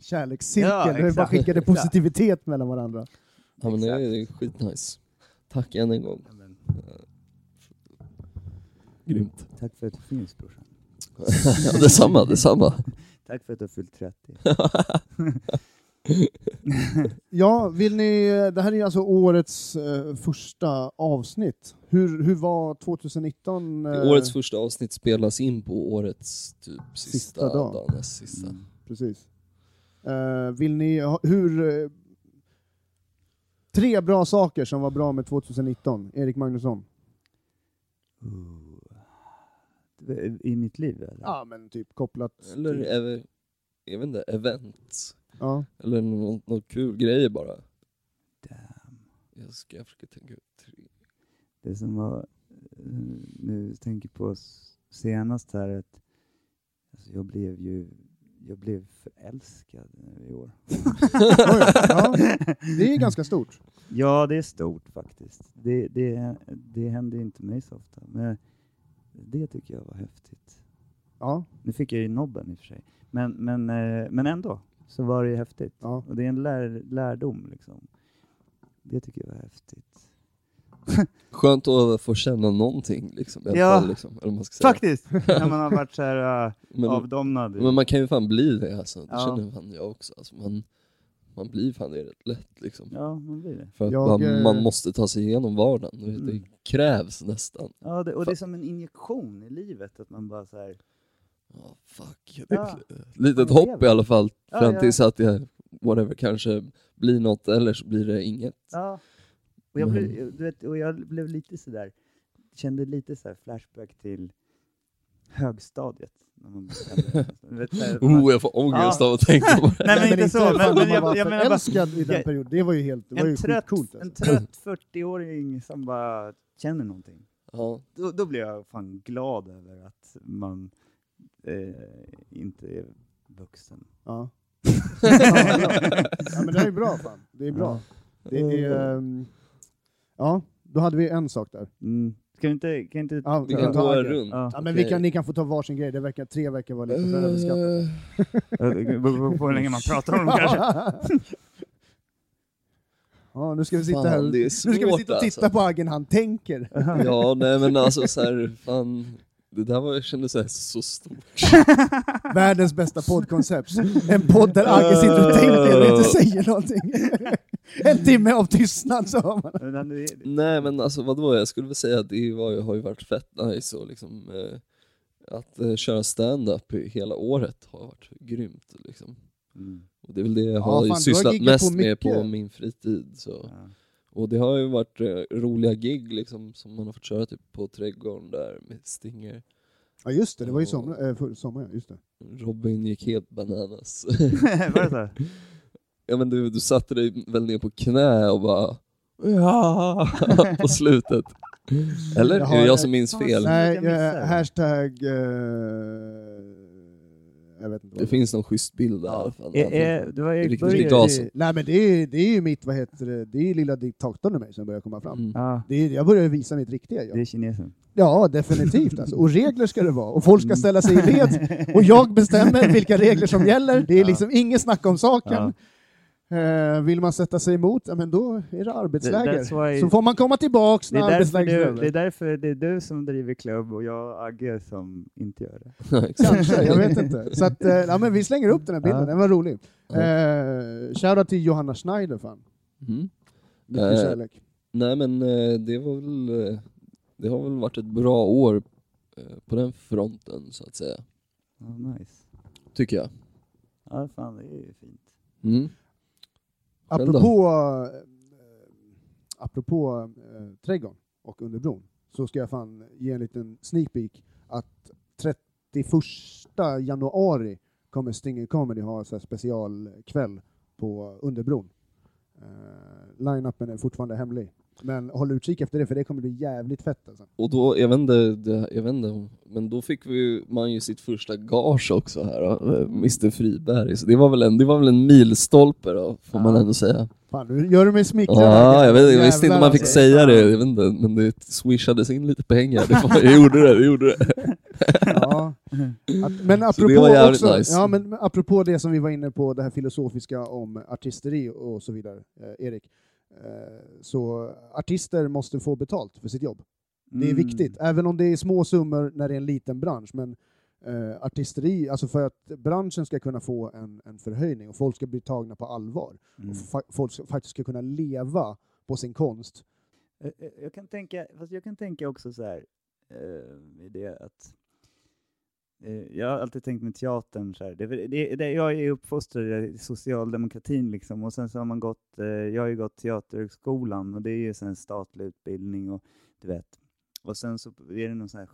Speaker 1: kärlekscirkel
Speaker 2: Ja,
Speaker 1: där vi bara
Speaker 2: exakt,
Speaker 1: skickade
Speaker 2: exakt.
Speaker 1: positivitet mellan varandra.
Speaker 4: Ja, men det är,
Speaker 2: Exakt.
Speaker 4: det är skitnice. Tack än en gång.
Speaker 2: Ja, men,
Speaker 4: Grymt.
Speaker 2: tack för att du finns brorsan.
Speaker 4: ja, detsamma, detsamma.
Speaker 2: Tack för att du har fyllt 30.
Speaker 1: Ja, vill ni, det här är ju alltså årets eh, första avsnitt. Hur, hur var 2019? eh,
Speaker 4: Årets första avsnitt spelas in på årets typ sista,
Speaker 1: Sista dag.
Speaker 4: dag. näst sista.
Speaker 2: Mm.
Speaker 1: Precis. Eh, vill ni, ha- hur... eh, Tre bra saker som var bra med 2019, Erik Magnusson.
Speaker 2: Ooh. Det- I mitt liv eller?
Speaker 1: Ja, men typ kopplat...
Speaker 4: Eller ev- jag vet inte, event.
Speaker 1: Ja.
Speaker 4: Eller något, något kul grejer bara.
Speaker 2: Damn.
Speaker 4: Jag ska försöka tänka ut tre.
Speaker 2: Det som var, eh, nu tänker på s- senast här att alltså jag blev ju jag blev förälskad nu i år.
Speaker 1: Oj, ja. Det är ganska stort.
Speaker 2: Ja, det är stort faktiskt. Det, det, det händer inte mig så ofta. Men det tycker jag var häftigt.
Speaker 1: Ja,
Speaker 2: Nu fick jag ju nobben i och för sig. Men, men, eh, men ändå så var det ju häftigt.
Speaker 1: ja.
Speaker 2: Och det är en lär, lärdom liksom. Det tycker jag var häftigt.
Speaker 4: Skönt att få känna någonting liksom. i alla
Speaker 2: Ja.
Speaker 4: fall, liksom eller vad man ska säga.
Speaker 2: Faktiskt! När man har varit så här eh,
Speaker 4: Men,
Speaker 2: avdomnad.
Speaker 4: men man kan ju fan bli det alltså. Det
Speaker 2: Ja.
Speaker 4: känner fan jag också. Alltså, man, man blir fan det rätt lätt liksom.
Speaker 2: Ja, man blir det.
Speaker 4: För att
Speaker 1: Jag, eh,
Speaker 4: man, man måste ta sig igenom vardagen. Det, det
Speaker 2: Mm.
Speaker 4: krävs nästan.
Speaker 2: Ja, det, och det är som en injektion i livet. Att man bara så här,
Speaker 4: Ja, fuck.
Speaker 2: Ja.
Speaker 4: Litet
Speaker 2: Man lever.
Speaker 4: hopp i alla fall.
Speaker 2: Ja,
Speaker 4: Fram
Speaker 2: ja.
Speaker 4: tills att jag, whatever, kanske blir något eller så blir det inget.
Speaker 2: Ja. Och jag,
Speaker 1: Mm.
Speaker 4: Men-
Speaker 2: blev, eh, du vet, och jag blev lite sådär, kände lite så flashback till högstadiet. När man bestämde, du vet, så här, man,
Speaker 4: Oh, jag får ångest av att tänka på det.
Speaker 2: nej men inte så, men,
Speaker 1: fan
Speaker 2: men
Speaker 1: man var
Speaker 2: jag, jag menar bara
Speaker 1: förälskad i den
Speaker 2: jag-
Speaker 1: perioden, det var ju helt, det var ju
Speaker 2: en trött,
Speaker 1: skitcoolt.
Speaker 2: en
Speaker 1: Alltså.
Speaker 2: trött 40-åring som bara känner någonting.
Speaker 4: Ja,
Speaker 2: Då, då blir jag fan glad över att man eh, inte är vuxen.
Speaker 1: Ja. ja, ja. ja, men det här är bra fan. Det är bra. Det är, ehm, ja, då hade vi en sak där.
Speaker 2: Mm. Ska vi inte, kan inte...
Speaker 1: Ja,
Speaker 4: vi kan
Speaker 1: ta
Speaker 4: gå
Speaker 1: Agge.
Speaker 4: runt.
Speaker 2: Ja.
Speaker 1: Ja, men vi
Speaker 4: Okej.
Speaker 1: kan, ni kan få ta varsin grej, det verkar, tre verkar vara lite för överskattat.
Speaker 4: Eh,
Speaker 2: Det beror på hur länge man pratar om det kanske.
Speaker 1: Ja, nu ska vi sitta
Speaker 4: Fan,
Speaker 1: här
Speaker 4: det är
Speaker 1: nu ska vi sitta och
Speaker 4: svårt,
Speaker 1: titta
Speaker 4: alltså.
Speaker 1: på Aggen, han tänker.
Speaker 4: Eh, Ja, nej men alltså så här, fan. Det där var, jag kände så, här, så stort. Eh.
Speaker 1: Världens bästa poddkoncept. En podd där Agge sitter och tänker och inte säger någonting. En timme av tystnad så har man.
Speaker 2: Men det
Speaker 1: typ.
Speaker 2: är-
Speaker 4: Nej men alltså vadå, jag skulle väl säga att det var, ju- har ju varit fett nice och liksom eh, att eh, köra stand-up i hela året har varit grymt liksom.
Speaker 2: Mm.
Speaker 4: Och det är väl det jag har
Speaker 1: fan, du har
Speaker 4: sysslat
Speaker 1: giggat
Speaker 4: mest
Speaker 1: på
Speaker 4: med
Speaker 1: mycket.
Speaker 4: på min fritid. Så.
Speaker 2: Ja.
Speaker 4: Och det har ju varit eh, roliga gig liksom som man har fått köra typ på Trädgården där med Stinger.
Speaker 1: Ja just det, det var ju
Speaker 4: Ja.
Speaker 1: somra, eh, förra sommaren. Just det.
Speaker 4: Robin gick helt bananas.
Speaker 2: Var det så?
Speaker 4: ja men du, du satte dig väl ner på knä och bara ja på slutet. Eller?
Speaker 1: Jaha,
Speaker 4: är det
Speaker 1: eh,
Speaker 4: jag som minns
Speaker 2: fan,
Speaker 4: fel?
Speaker 1: Nej,
Speaker 2: jag missade.
Speaker 1: eh, hashtag... Eh, jag vet inte. vad
Speaker 4: Det finns någon schysst bild där i alla fall.
Speaker 2: Eh, eh, Det var Erik
Speaker 4: Riktigt
Speaker 2: Börje.
Speaker 4: riktigt as. Dasen.
Speaker 1: Nej men det är, det är ju mitt, vad heter det, det är ju lilla diktatorn i mig som börjar komma fram.
Speaker 4: Mm.
Speaker 2: Ja,
Speaker 1: Det är, jag börjar visa mitt riktiga
Speaker 2: det
Speaker 1: jag.
Speaker 2: är kinesen.
Speaker 1: Ja, definitivt alltså. Och regler ska det vara. Och folk
Speaker 4: Mm.
Speaker 1: ska ställa sig i led. Och jag bestämmer vilka regler som gäller. Det är
Speaker 2: Ja.
Speaker 1: liksom inget snack om saken. Eh, vill man sätta sig emot, ja, men då är det arbetsläger.
Speaker 2: That's why-
Speaker 1: Så får man komma tillbaks
Speaker 2: Det
Speaker 1: när
Speaker 2: är, därför
Speaker 1: arbetslägret är
Speaker 2: du,
Speaker 1: över.
Speaker 2: det är därför det är du som driver klubb och jag och Agge som inte gör det.
Speaker 4: Ja, exakt.
Speaker 1: Kanske, jag vet inte. Så att, eh, ja, men vi slänger upp den här bilden,
Speaker 2: Ja.
Speaker 1: den var rolig.
Speaker 4: Ja.
Speaker 1: Eh, Shoutout till Johanna Schneider, fan.
Speaker 4: Mm.
Speaker 1: Mycket
Speaker 4: Eh,
Speaker 1: kärlek.
Speaker 4: Nej men eh, det var väl, eh, det har väl varit ett bra år eh, på den fronten så att säga,
Speaker 2: Ja, nice.
Speaker 4: tycker jag.
Speaker 2: Ja, fan det är ju fint.
Speaker 4: Mm. själv då?
Speaker 1: Apropå, eh, apropå eh, trädgården och under bron, så ska jag fan ge en liten sneak peek att 31 januari kommer Stinger Comedy ha en specialkväll på underbron. Uh, Line-upen är fortfarande hemlig. Men håll utkik efter det, för det kommer bli jävligt fett. Alltså.
Speaker 4: Och då, jag vet, inte, det, jag vet inte, men då fick vi, ju- man ju sitt första gage också här, av, eh, Mr Friberg, så det var väl en, det var väl en milstolpe då, får man
Speaker 2: Ja.
Speaker 4: ändå säga.
Speaker 1: Fan, nu gör du mig smickrad.
Speaker 4: Ja, jag, vet, jag visste inte
Speaker 1: Jävlar,
Speaker 4: om man fick
Speaker 1: alltså.
Speaker 4: säga det, jag vet inte, men det swishades in lite pengar, det var, jag gjorde det, jag gjorde det.
Speaker 1: Ja. Att, men
Speaker 4: Så det var
Speaker 1: apropå,
Speaker 4: jävligt
Speaker 1: också,
Speaker 4: nice.
Speaker 1: ja, men apropå det som vi var inne på, det här filosofiska om artisteri och så vidare, eh, Erik. Eh, så artister måste få betalt för sitt jobb. Det är
Speaker 2: Mm.
Speaker 1: viktigt, även om det är små summor när det är en liten bransch. Men eh, artisteri, alltså för att branschen ska kunna få en, en förhöjning och folk ska bli tagna på allvar.
Speaker 2: Mm.
Speaker 1: Och fa- folk ska, faktiskt ska kunna leva på sin konst.
Speaker 2: Eh, eh, Jag kan tänka, fast jag kan tänka också så här, eh, i det att eh, jag har alltid tänkt med teatern så här, det, är väl- det, det, jag är uppfostrad i socialdemokratin liksom och sen så har man gått, eh, jag har ju gått teaterhögskolan och det är ju så en statlig utbildning och du vet. Och sen så är det någon sån här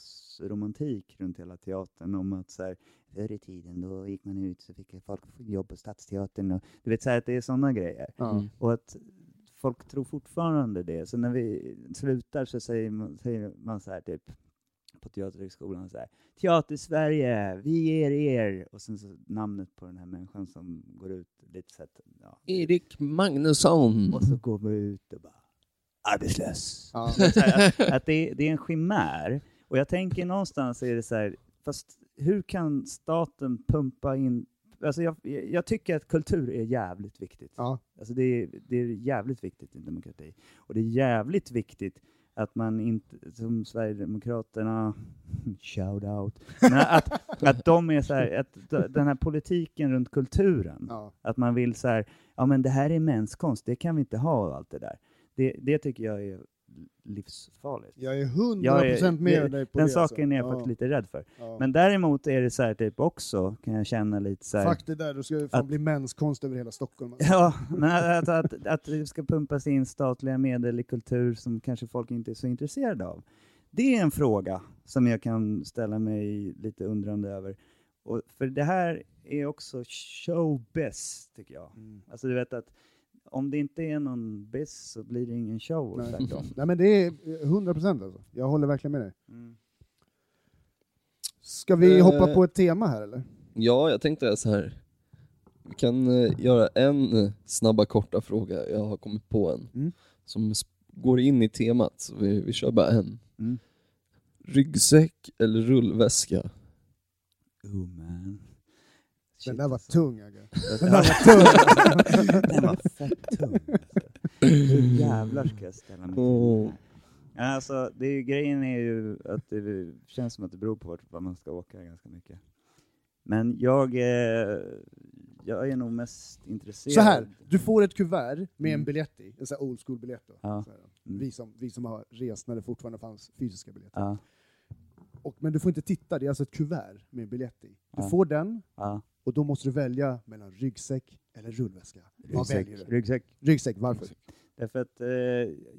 Speaker 2: 70-talsromantik runt hela teatern om att så här, förr i tiden då gick man ut så fick folk jobb på Stadsteatern och du vet så här att det är sådana grejer.
Speaker 1: Ja.
Speaker 4: Mm.
Speaker 2: Och att folk tror fortfarande det. Så när vi slutar så säger man, säger man så här typ på Teaterhögskolan så här. Teater Sverige, vi ger er. Och sen så namnet på den här människan som går ut lite så här, ja.
Speaker 4: Erik Magnusson.
Speaker 2: Och så går man ut och bara arbetslös.
Speaker 1: Ja.
Speaker 2: Så här, att, att det, är, det är en chimär. Och jag tänker någonstans är det så här, fast hur kan staten pumpa in Alltså jag, jag tycker att kultur är jävligt viktigt.
Speaker 1: Ja.
Speaker 2: Alltså det, är, det är jävligt viktigt i en demokrati. Och det är jävligt viktigt att man inte, som Sverigedemokraterna, shout out, men att, att de är så här, att d- den här politiken runt kulturen,
Speaker 1: Ja.
Speaker 2: att man vill så här, ja men det här är menskonst, det kan vi inte ha och allt det där. Det, det tycker jag är livsfarligt.
Speaker 1: Jag är 100% med dig på
Speaker 2: Den
Speaker 1: det. alltså.
Speaker 2: saken är jag
Speaker 1: Ja,
Speaker 2: faktiskt lite rädd för.
Speaker 1: ja.
Speaker 2: Men däremot är det så här typ också, kan jag känna lite så här,
Speaker 1: Fuck det där, då ska det fan
Speaker 2: Att-
Speaker 1: bli mänskonst över hela Stockholm. alltså.
Speaker 2: Ja, men att, att, att, att det ska pumpas in statliga medel i kultur som kanske folk inte är så intresserade av. Det är en fråga som jag kan ställa mig lite undrande över. Och, för det här är också showbiz, tycker jag.
Speaker 1: Mm.
Speaker 2: Alltså du vet att om det inte är någon biz så blir det ingen show och
Speaker 1: Nej.
Speaker 2: tvärtom.
Speaker 1: Nej men det är eh, 100% alltså. Jag håller verkligen med dig.
Speaker 2: Mm.
Speaker 1: Ska vi
Speaker 4: Eh.
Speaker 1: hoppa på ett tema här eller?
Speaker 4: Ja, jag tänkte så här. Vi kan eh, göra en eh, snabba korta fråga. Jag har kommit på en
Speaker 1: Mm.
Speaker 4: som sp- går in i temat. Så vi, vi kör bara en.
Speaker 2: Mm.
Speaker 4: Ryggsäck eller rullväska?
Speaker 2: Oh man. Shit,
Speaker 1: Den där var
Speaker 2: alltså.
Speaker 1: tung Agge.
Speaker 2: Den var tung. Den var fett tung. alltså. Hur jävlar ska jag ställa mig till
Speaker 4: Mm.
Speaker 2: den här? Alltså, det är, ju- grejen är ju att det känns som att det beror på vart vart man ska åka ganska mycket. Men jag, eh, jag är nog mest intresserad.
Speaker 1: Så här, du får ett kuvert med en biljett i, en sån här old school-biljett. då.
Speaker 2: Ja. Mm.
Speaker 1: Så här, Vi, som, vi som har rest när det fortfarande fanns fysiska biljetter.
Speaker 2: Ja,
Speaker 1: Och, men du får inte titta, det är alltså ett kuvert med en biljett i. Du
Speaker 2: Ja.
Speaker 1: får den,
Speaker 2: ja.
Speaker 1: och då måste du välja mellan ryggsäck eller rullväska. Vad
Speaker 2: Ryggsäck.
Speaker 1: väljer du?
Speaker 2: Ryggsäck.
Speaker 1: Ryggsäck, varför?
Speaker 2: Därför att eh,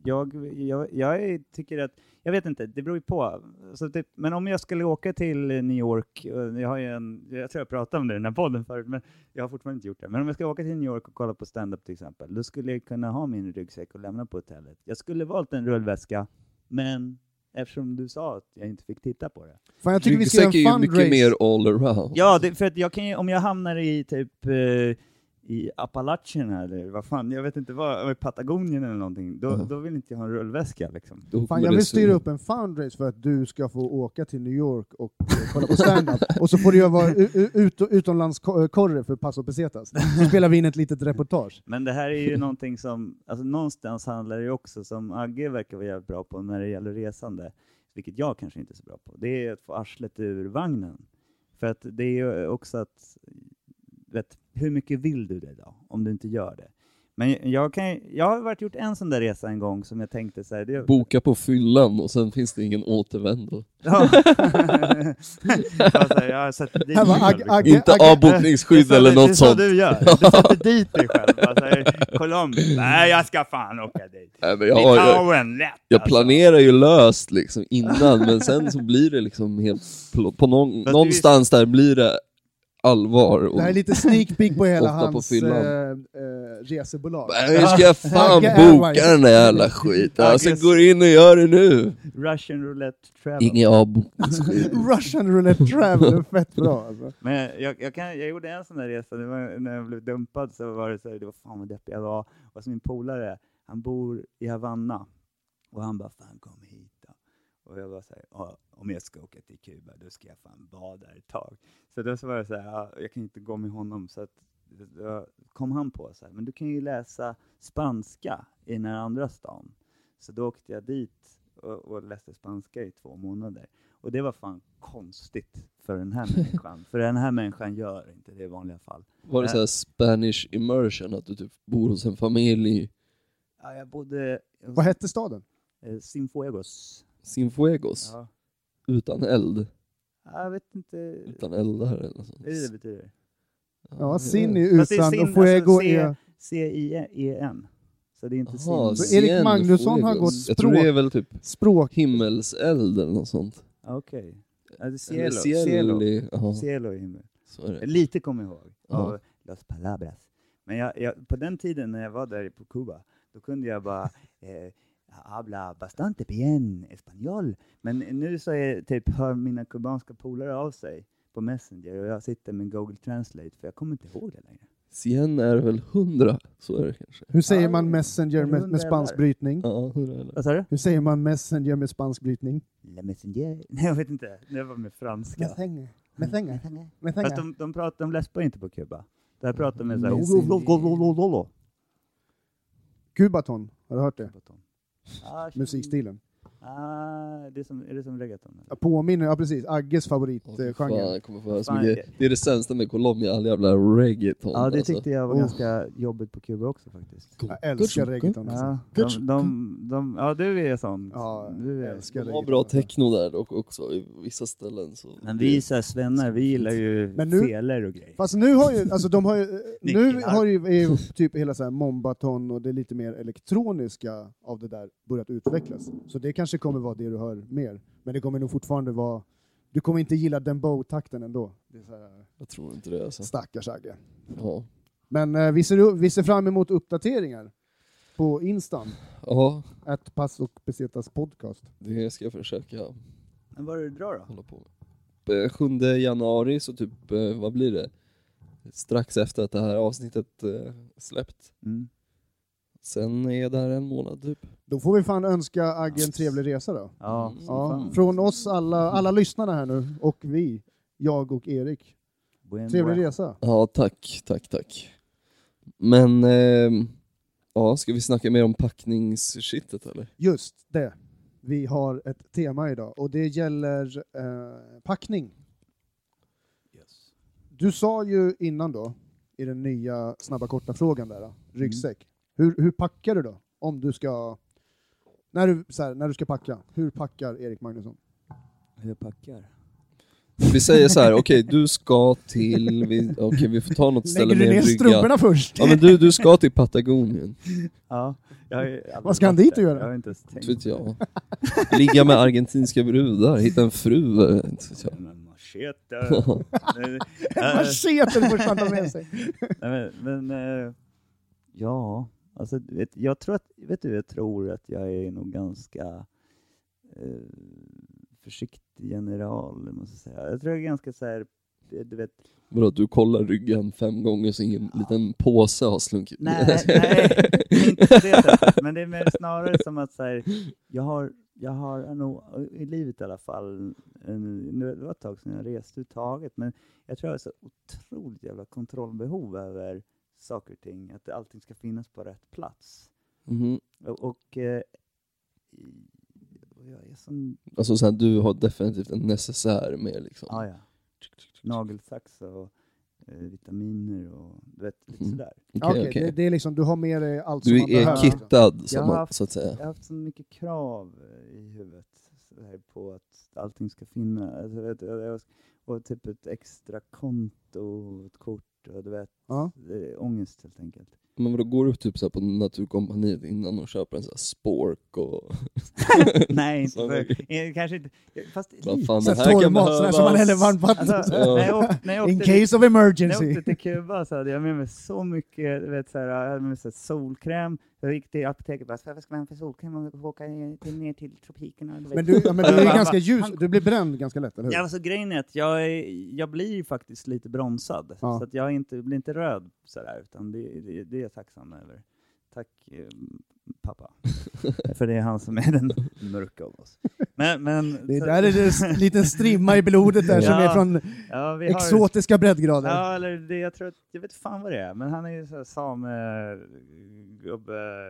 Speaker 2: jag, jag, jag är- tycker att, jag vet inte, det beror ju på. Så typ, men om jag skulle åka till New York, eh, jag, har ju en, jag tror jag pratade om det i den här podden förut, men jag har fortfarande inte gjort det. Men om jag ska åka till New York och kolla på stand-up till exempel, då skulle jag kunna ha min ryggsäck och lämna på hotellet. Jag skulle valt en rullväska, men eftersom du sa att jag inte fick titta på det.
Speaker 1: Fan, jag tycker vi ska
Speaker 4: Ryggsäck är
Speaker 1: göra
Speaker 4: ju
Speaker 1: en
Speaker 4: mycket
Speaker 1: fundraise.
Speaker 4: mer all around.
Speaker 2: Ja, det, för att jag kan ju, om jag hamnar i typ eh, i Appalachien eller vad fan, jag vet inte vad, i Patagonien eller någonting, då,
Speaker 4: Ja.
Speaker 2: då vill inte jag ha en rullväska liksom.
Speaker 4: Då
Speaker 1: Fan,
Speaker 4: kommer
Speaker 1: jag
Speaker 4: det
Speaker 1: vill
Speaker 4: se-
Speaker 1: styra upp en fundraise för att du ska få åka till New York och eh, kolla på stand-up. och så får du göra vara u- u- ut, utomlandskorre för Paso Pesetas. Så spelar vi in ett litet reportage.
Speaker 2: Men det här är ju någonting som, alltså någonstans handlar det ju också, som Agge verkar vara jävligt bra på när det gäller resande, vilket jag kanske inte är så bra på, det är att få arslet ur vagnen. För att det är ju också att, vet, hur mycket vill du det då, om du inte gör det? Men jag, kan, jag har varit gjort en sån där resa en gång som jag tänkte så här, det,
Speaker 4: Boka på fyllan och sen finns det ingen återvändo.
Speaker 2: Ja. alltså, jag har satt dit
Speaker 1: Här var
Speaker 2: mig själv.
Speaker 1: Agge- Agge-
Speaker 4: Inte
Speaker 1: Agge-
Speaker 4: avbotningsskydd
Speaker 2: Det är så-
Speaker 4: eller
Speaker 2: Det är
Speaker 4: något
Speaker 2: så
Speaker 4: sånt.
Speaker 2: du gör. Du sätter dit dig själv. Alltså, Colombia. Nej, jag ska fan åka dit.
Speaker 4: Nej, men jag, har, jag,
Speaker 2: Litauen, lätt
Speaker 4: jag
Speaker 2: alltså.
Speaker 4: planerar ju löst liksom innan, men sen så blir det liksom helt... pl- På någon,
Speaker 2: du-
Speaker 4: någonstans där blir det allvar. Och,
Speaker 1: Det här är lite sneak peek på hela
Speaker 4: Ofta på
Speaker 1: hans
Speaker 4: fyllan.
Speaker 1: eh, eh, resebolag.
Speaker 4: Nej, nu ska jag fan
Speaker 1: Agge
Speaker 4: boka
Speaker 1: Airways.
Speaker 4: den där jävla skiten. Alltså,
Speaker 2: Agges-
Speaker 4: gå in och gör det nu.
Speaker 2: alltså. Russian roulette travel.
Speaker 4: Inget avbokningsskydd.
Speaker 1: Russian roulette travel, fett bra alltså.
Speaker 2: Men jag, jag, jag, kan, jag gjorde en sån där resa, det var, när jag blev dumpad så var det så här, det var fan vad deppig jag var. Och så min polare, han bor i Havanna. Och han bara, fan kom hit då. Och jag var så här, "Ja, om jag ska åka till Kuba då ska jag fan vara där ett tag. Så då så var jag så här, "Ja, jag kan inte gå med honom. Så att, då kom han på så här, men du kan ju läsa spanska i den här andra stan. Så då åkte jag dit och, och läste spanska i två månader. Och det var fan konstigt för den här människan. för den här människan gör inte det i vanliga fall.
Speaker 4: Var det så här Spanish immersion, att du typ bor hos en familj?
Speaker 2: Ja, jag bodde
Speaker 1: Vad hette staden?
Speaker 2: i Sinfuegos.
Speaker 4: Sinfuegos?
Speaker 2: Ja.
Speaker 4: Utan eld?
Speaker 2: Ja, Jag vet inte.
Speaker 4: Utan eldar eller något sånt?
Speaker 2: Är det det betyder?
Speaker 1: Ja, sin är
Speaker 2: Fast det är
Speaker 1: utan
Speaker 2: sin,
Speaker 1: och Fuego
Speaker 2: alltså,
Speaker 1: är...
Speaker 2: C-I-E-N. E Så det är inte
Speaker 4: Jaha,
Speaker 2: sin.
Speaker 1: Så Erik
Speaker 4: Cien
Speaker 1: Magnusson har gått
Speaker 4: Fuegos. Jag tror det
Speaker 1: språk-
Speaker 4: är väl typ
Speaker 1: Språk...
Speaker 4: himmelseld eller något sånt.
Speaker 2: Okej. Ja, det är
Speaker 4: Eller
Speaker 2: Cielo. Cielo.
Speaker 4: i- jaha,
Speaker 2: Cielo i himmel.
Speaker 4: så är det.
Speaker 2: Lite kommer jag ihåg av
Speaker 4: Ja.
Speaker 2: Las Palabras. Men jag, jag, på den tiden när jag var där på Kuba, då kunde jag bara eh, habla bastante bien español. Men nu så är, typ, hör mina kubanska polare av sig på Messenger och jag sitter med Google Translate för jag kommer inte ihåg det längre.
Speaker 4: Cien är väl hundra, så är det kanske.
Speaker 1: Hur säger
Speaker 2: Ja,
Speaker 1: man messenger med, med
Speaker 2: hundra
Speaker 1: spansk
Speaker 2: där.
Speaker 1: brytning?
Speaker 4: Ja, hundra eller?
Speaker 2: Vad sa du?
Speaker 1: Hur säger man messenger med spansk brytning?
Speaker 2: La Messenger? Nej, jag vet inte. Det var med franska.
Speaker 1: Messenger. Messenger.
Speaker 2: Fast
Speaker 1: Messenger.
Speaker 2: de, de, pratar, de läspar inte på Kuba. Där pratar de så
Speaker 1: Messenger.
Speaker 2: här...
Speaker 1: Kubaton, har du hört det?
Speaker 2: Ah,
Speaker 1: Musikstilen.
Speaker 2: Ah, det är, som, är det som reggaeton? eller?
Speaker 1: Jag påminner, ja precis, Agges
Speaker 4: Åh, fy fan,
Speaker 1: favoritgenre.
Speaker 4: jag kommer få höra så
Speaker 2: Fan,
Speaker 4: mycket. Det är det sämsta med Colombia, all jävla reggaeton.
Speaker 2: Ja, det
Speaker 4: alltså.
Speaker 2: tyckte jag var
Speaker 1: Uff.
Speaker 2: ganska jobbigt på Kuba också faktiskt.
Speaker 1: Jag älskar reggaeton. alltså.
Speaker 2: Ja, de, de, de, ja du är sån.
Speaker 1: Ja,
Speaker 2: du är.
Speaker 1: älskar
Speaker 4: De har
Speaker 1: reggaeton.
Speaker 4: bra techno där dock också, i vissa ställen. Så
Speaker 2: Men vi är så här svennar, vi gillar ju
Speaker 1: Men nu-
Speaker 2: feler och grejer.
Speaker 1: Fast nu har ju, alltså de har ju, nu
Speaker 2: Nickar.
Speaker 1: har ju är ju typ hela så här mombaton och det lite mer elektroniska av det där börjat utvecklas. Så det kanske kommer vara det du hör mer. Men det kommer nog fortfarande vara, du kommer inte gilla den bow-takten ändå. Det är så här,
Speaker 4: Jag tror inte det alltså.
Speaker 1: stackars Agge.
Speaker 4: Ja.
Speaker 1: Men eh, vi, ser, vi ser fram emot uppdateringar på Instan,
Speaker 4: ja,
Speaker 1: att Pass och Pesetas podcast.
Speaker 4: det ska jag försöka
Speaker 2: Men vad är det du drar då?
Speaker 4: hålla på med. Eh, 7 januari, så typ, eh, vad blir det? Strax efter att det här avsnittet eh, släppt.
Speaker 2: Mm.
Speaker 4: Sen är det här en månad typ.
Speaker 1: Då får vi fan önska Agge en trevlig resa då.
Speaker 2: Ja,
Speaker 4: Mm.
Speaker 2: som
Speaker 1: Ja,
Speaker 2: fan.
Speaker 1: från oss alla, alla lyssnarna här nu, och vi, jag och Erik.
Speaker 2: Buen-
Speaker 1: Trevlig
Speaker 2: buen.
Speaker 1: resa.
Speaker 4: Ja, tack, tack, tack. Men, ehm, ja, ska vi snacka mer om packningsshittet eller?
Speaker 1: Just det. Vi har ett tema idag och det gäller eh, packning.
Speaker 2: Yes.
Speaker 1: Du sa ju innan då i den nya snabba korta-frågan där, då, ryggsäck.
Speaker 2: Mm.
Speaker 1: Hur, hur packar du då? Om du ska... När du, så här, när du ska packa, hur packar Erik Magnusson?
Speaker 2: Hur jag packar?
Speaker 4: Vi säger så här, okej du ska till, vi, okej, vi får ta något ställe
Speaker 1: Lägger du
Speaker 4: med
Speaker 1: ner
Speaker 4: en rygga.
Speaker 1: strumporna först?
Speaker 4: Ja men du, du ska till Patagonien,
Speaker 2: Ja, jag har ju aldrig
Speaker 1: Vad ska han
Speaker 2: varit
Speaker 1: dit
Speaker 2: där.
Speaker 1: och göra?
Speaker 2: Jag har inte ens tänkt.
Speaker 4: inte vet jag. Ligga med argentinska brudar, hitta en fru, eh, inte vet jag.
Speaker 2: Men machete. Nej,
Speaker 1: Vad
Speaker 2: eh,
Speaker 1: sket det första han tar med sig?
Speaker 2: Nej, men, men eh, ja, alltså vet, jag tror att, vet du, jag tror att jag är nog ganska eh, försiktig general, måste jag säga. Jag tror jag är ganska så här, du vet,
Speaker 4: Vadå, du kollar ryggen fem gånger så ingen liten påse har slunkit
Speaker 2: nej, nej, inte på det sättet, men det är mer snarare som att så här, jag har, jag har nog, i livet i alla fall, en, nu- det var ett tag sedan jag reste överhuvudtaget, men jag tror jag har så otroligt jävla kontrollbehov över saker och ting, att allting ska finnas på rätt plats.
Speaker 4: Mhm.
Speaker 2: Och, och eh, i- jag är sån...
Speaker 4: Alltså så här, du har definitivt en necessär med liksom.
Speaker 2: Ah, ja. Nagelsax och eh, vitaminer och du vet, lite
Speaker 4: Mm.
Speaker 2: sådär.
Speaker 1: Ja,
Speaker 4: Okej,
Speaker 1: Okej,
Speaker 4: okej.
Speaker 1: det, det är liksom, du har med dig allt
Speaker 4: Du
Speaker 1: som man
Speaker 4: är
Speaker 1: behöver.
Speaker 4: kittad, som
Speaker 2: har
Speaker 4: man,
Speaker 2: haft-
Speaker 4: så att säga.
Speaker 2: Jag har haft så mycket krav eh, i huvudet så här, på att allting ska finnas. Alltså, vet, jag, jag, och typ ett extra konto, ett kort och du vet,
Speaker 1: Ja.
Speaker 2: eh, ångest helt enkelt.
Speaker 4: Men vadå, går du typ så här på Naturkompaniet innan och köper en sån här spork och...
Speaker 2: Nej, inte
Speaker 4: Sån
Speaker 2: för, eh, kanske inte. Fast
Speaker 4: Vad
Speaker 2: lite.
Speaker 4: fan,
Speaker 1: Typ Så
Speaker 4: det
Speaker 1: här
Speaker 4: här kan
Speaker 1: torrmat, sån här
Speaker 4: behövas.
Speaker 1: som man häller varmt vatten
Speaker 2: Alltså,
Speaker 1: på.
Speaker 4: Ja.
Speaker 2: när jag åk- när jag
Speaker 1: In
Speaker 2: åkte dit-
Speaker 1: case of
Speaker 2: När jag
Speaker 1: emergency.
Speaker 2: åkte till Kuba så hade jag med mig så mycket du vet, så här, jag hade med mig så här, solkräm. Jag gick till apoteket och bara, "Så här, vad ska man ha för solkräm om vi åker ner till, ner till tropikerna? Du vet.
Speaker 1: Men du, ja, men du
Speaker 2: Jag
Speaker 1: är
Speaker 2: bara,
Speaker 1: ganska
Speaker 2: "Va?"
Speaker 1: ljus,
Speaker 2: Han-
Speaker 1: du blir bränd ganska lätt, eller hur?
Speaker 2: Ja, alltså, grejen är att jag, är- jag blir ju faktiskt lite bromsad,
Speaker 1: Ja.
Speaker 2: så att jag är inte, blir inte röd så där, utan det, det, det är jag tacksam över. Tack eh, pappa, för det är han som är den mörka av oss. Men, men,
Speaker 1: Det
Speaker 2: så-
Speaker 1: där är det en liten strimma i blodet där som
Speaker 2: Ja.
Speaker 1: är från
Speaker 2: ja, vi har-
Speaker 1: exotiska breddgrader.
Speaker 2: Ja, eller det, jag tror att, jag vet fan vad det är, men han är ju så här samegubbe,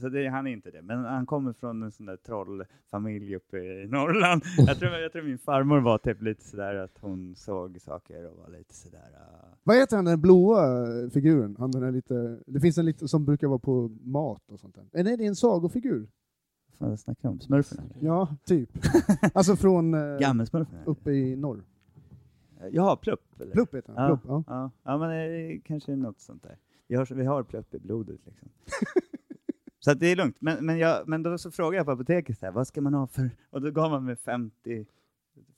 Speaker 2: så det, han är inte det, men han kommer från en sån där trollfamilj uppe i Norrland. Jag tror, jag tror min farmor var typ lite sådär att hon såg saker och var lite sådär, äh,
Speaker 1: Vad heter han den blåa eh, figuren? Han den är lite, det finns en lite som brukar vara på mat och sånt där. Eh, nej, det är en sagofigur.
Speaker 2: vad fan snackar jag om? Smurfen?
Speaker 1: Ja, typ. alltså från eh,
Speaker 2: Gammelsmurfen?
Speaker 1: uppe i norr.
Speaker 2: Jaha, Plupp? Eller?
Speaker 1: Plupp heter han.
Speaker 2: Ja.
Speaker 1: Plupp, ja.
Speaker 2: Ja, ja men eh, kanske något sånt där. Vi har, vi har plupp i blodet liksom. så att det är lugnt. Men, men, jag, men då så frågade jag på apoteket, så här, vad ska man ha för... Och då gav man mig 50,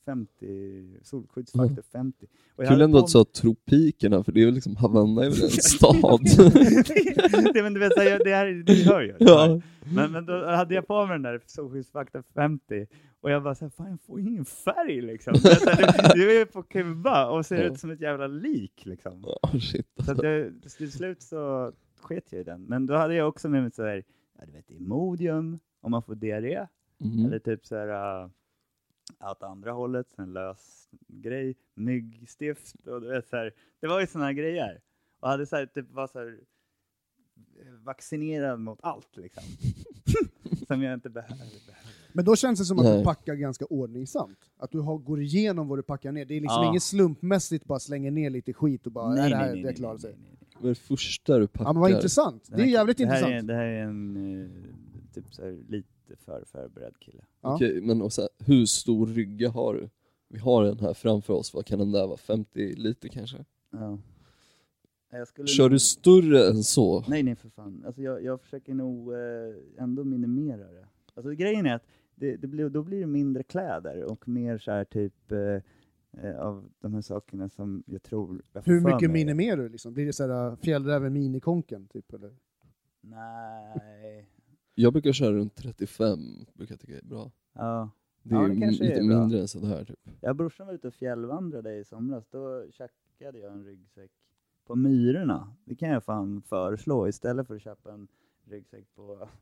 Speaker 2: 50 solskyddsfaktor 50. Och
Speaker 4: Mm. Kul
Speaker 2: hade
Speaker 4: ändå
Speaker 2: på
Speaker 4: att du sa tropikerna, för det är väl liksom Havanna är väl en stad?
Speaker 2: mig- det, men du vet, så här, jag- det här det hör ju.
Speaker 4: ja.
Speaker 2: Men, men då hade jag på mig den där solskyddsfaktor 50 och jag bara så här, fan jag får ingen färg liksom. Du, vet, så här, du, du är på Kuba och ser
Speaker 4: Ja.
Speaker 2: ut som ett jävla lik liksom.
Speaker 4: Ja, Ah, shit.
Speaker 2: Så att jag, till slut så sket jag i den. Men då hade jag också med mig så här, ja, du vet, Imodium om man får diarré.
Speaker 4: Mm.
Speaker 2: Eller typ så här, uh, åt andra hållet, en lös grej, myggstift och du vet så här. Det var ju sådana här grejer. Och hade så här, typ var så här vaccinerad mot allt liksom. Som jag inte behövde.
Speaker 1: Men då känns det som att du
Speaker 4: Nej.
Speaker 1: packar ganska ordningsamt. Att du har, går igenom vad du packar ner. Det är liksom
Speaker 2: Ja.
Speaker 1: inget slumpmässigt bara slänger ner lite skit och bara nej, det här, det klarar sig.
Speaker 2: nej.
Speaker 4: Vad är det första du packar?
Speaker 1: Ja, men vad intressant. Det är jävligt
Speaker 2: det här
Speaker 1: intressant.
Speaker 2: Är, det här är en eh, typ så här, lite för förberedd kille.
Speaker 1: Ja.
Speaker 4: Okej, men och så här, hur stor rygga har du? Vi har den här framför oss, vad kan den där vara? 50 liter kanske?
Speaker 2: Ja. Jag skulle
Speaker 4: Kör
Speaker 2: nog-
Speaker 4: du större än så?
Speaker 2: Nej, nej för fan. Alltså, jag, jag försöker nog eh, ändå minimera det. Alltså, grejen är att det, det blir, då blir det mindre kläder och mer så här typ eh, eh, av de här sakerna som jag tror... Jag får
Speaker 1: Hur
Speaker 2: för
Speaker 1: mycket
Speaker 2: mig.
Speaker 1: minimerar du? Liksom? Blir det så här äh, fjällräven minikonken? Typ, eller?
Speaker 2: Nej.
Speaker 4: Jag brukar köra runt 35, brukar jag tycka är bra.
Speaker 2: Ja.
Speaker 4: Det
Speaker 2: Ja,
Speaker 4: är
Speaker 2: det
Speaker 4: ju
Speaker 2: kanske
Speaker 4: lite
Speaker 2: är bra.
Speaker 4: mindre än sådär typ.
Speaker 2: Jag och brorsan var ute och fjällvandrade i somras. Då tjackade jag en ryggsäck på Myrorna. Det kan jag fan föreslå istället för att köpa en ryggsäck på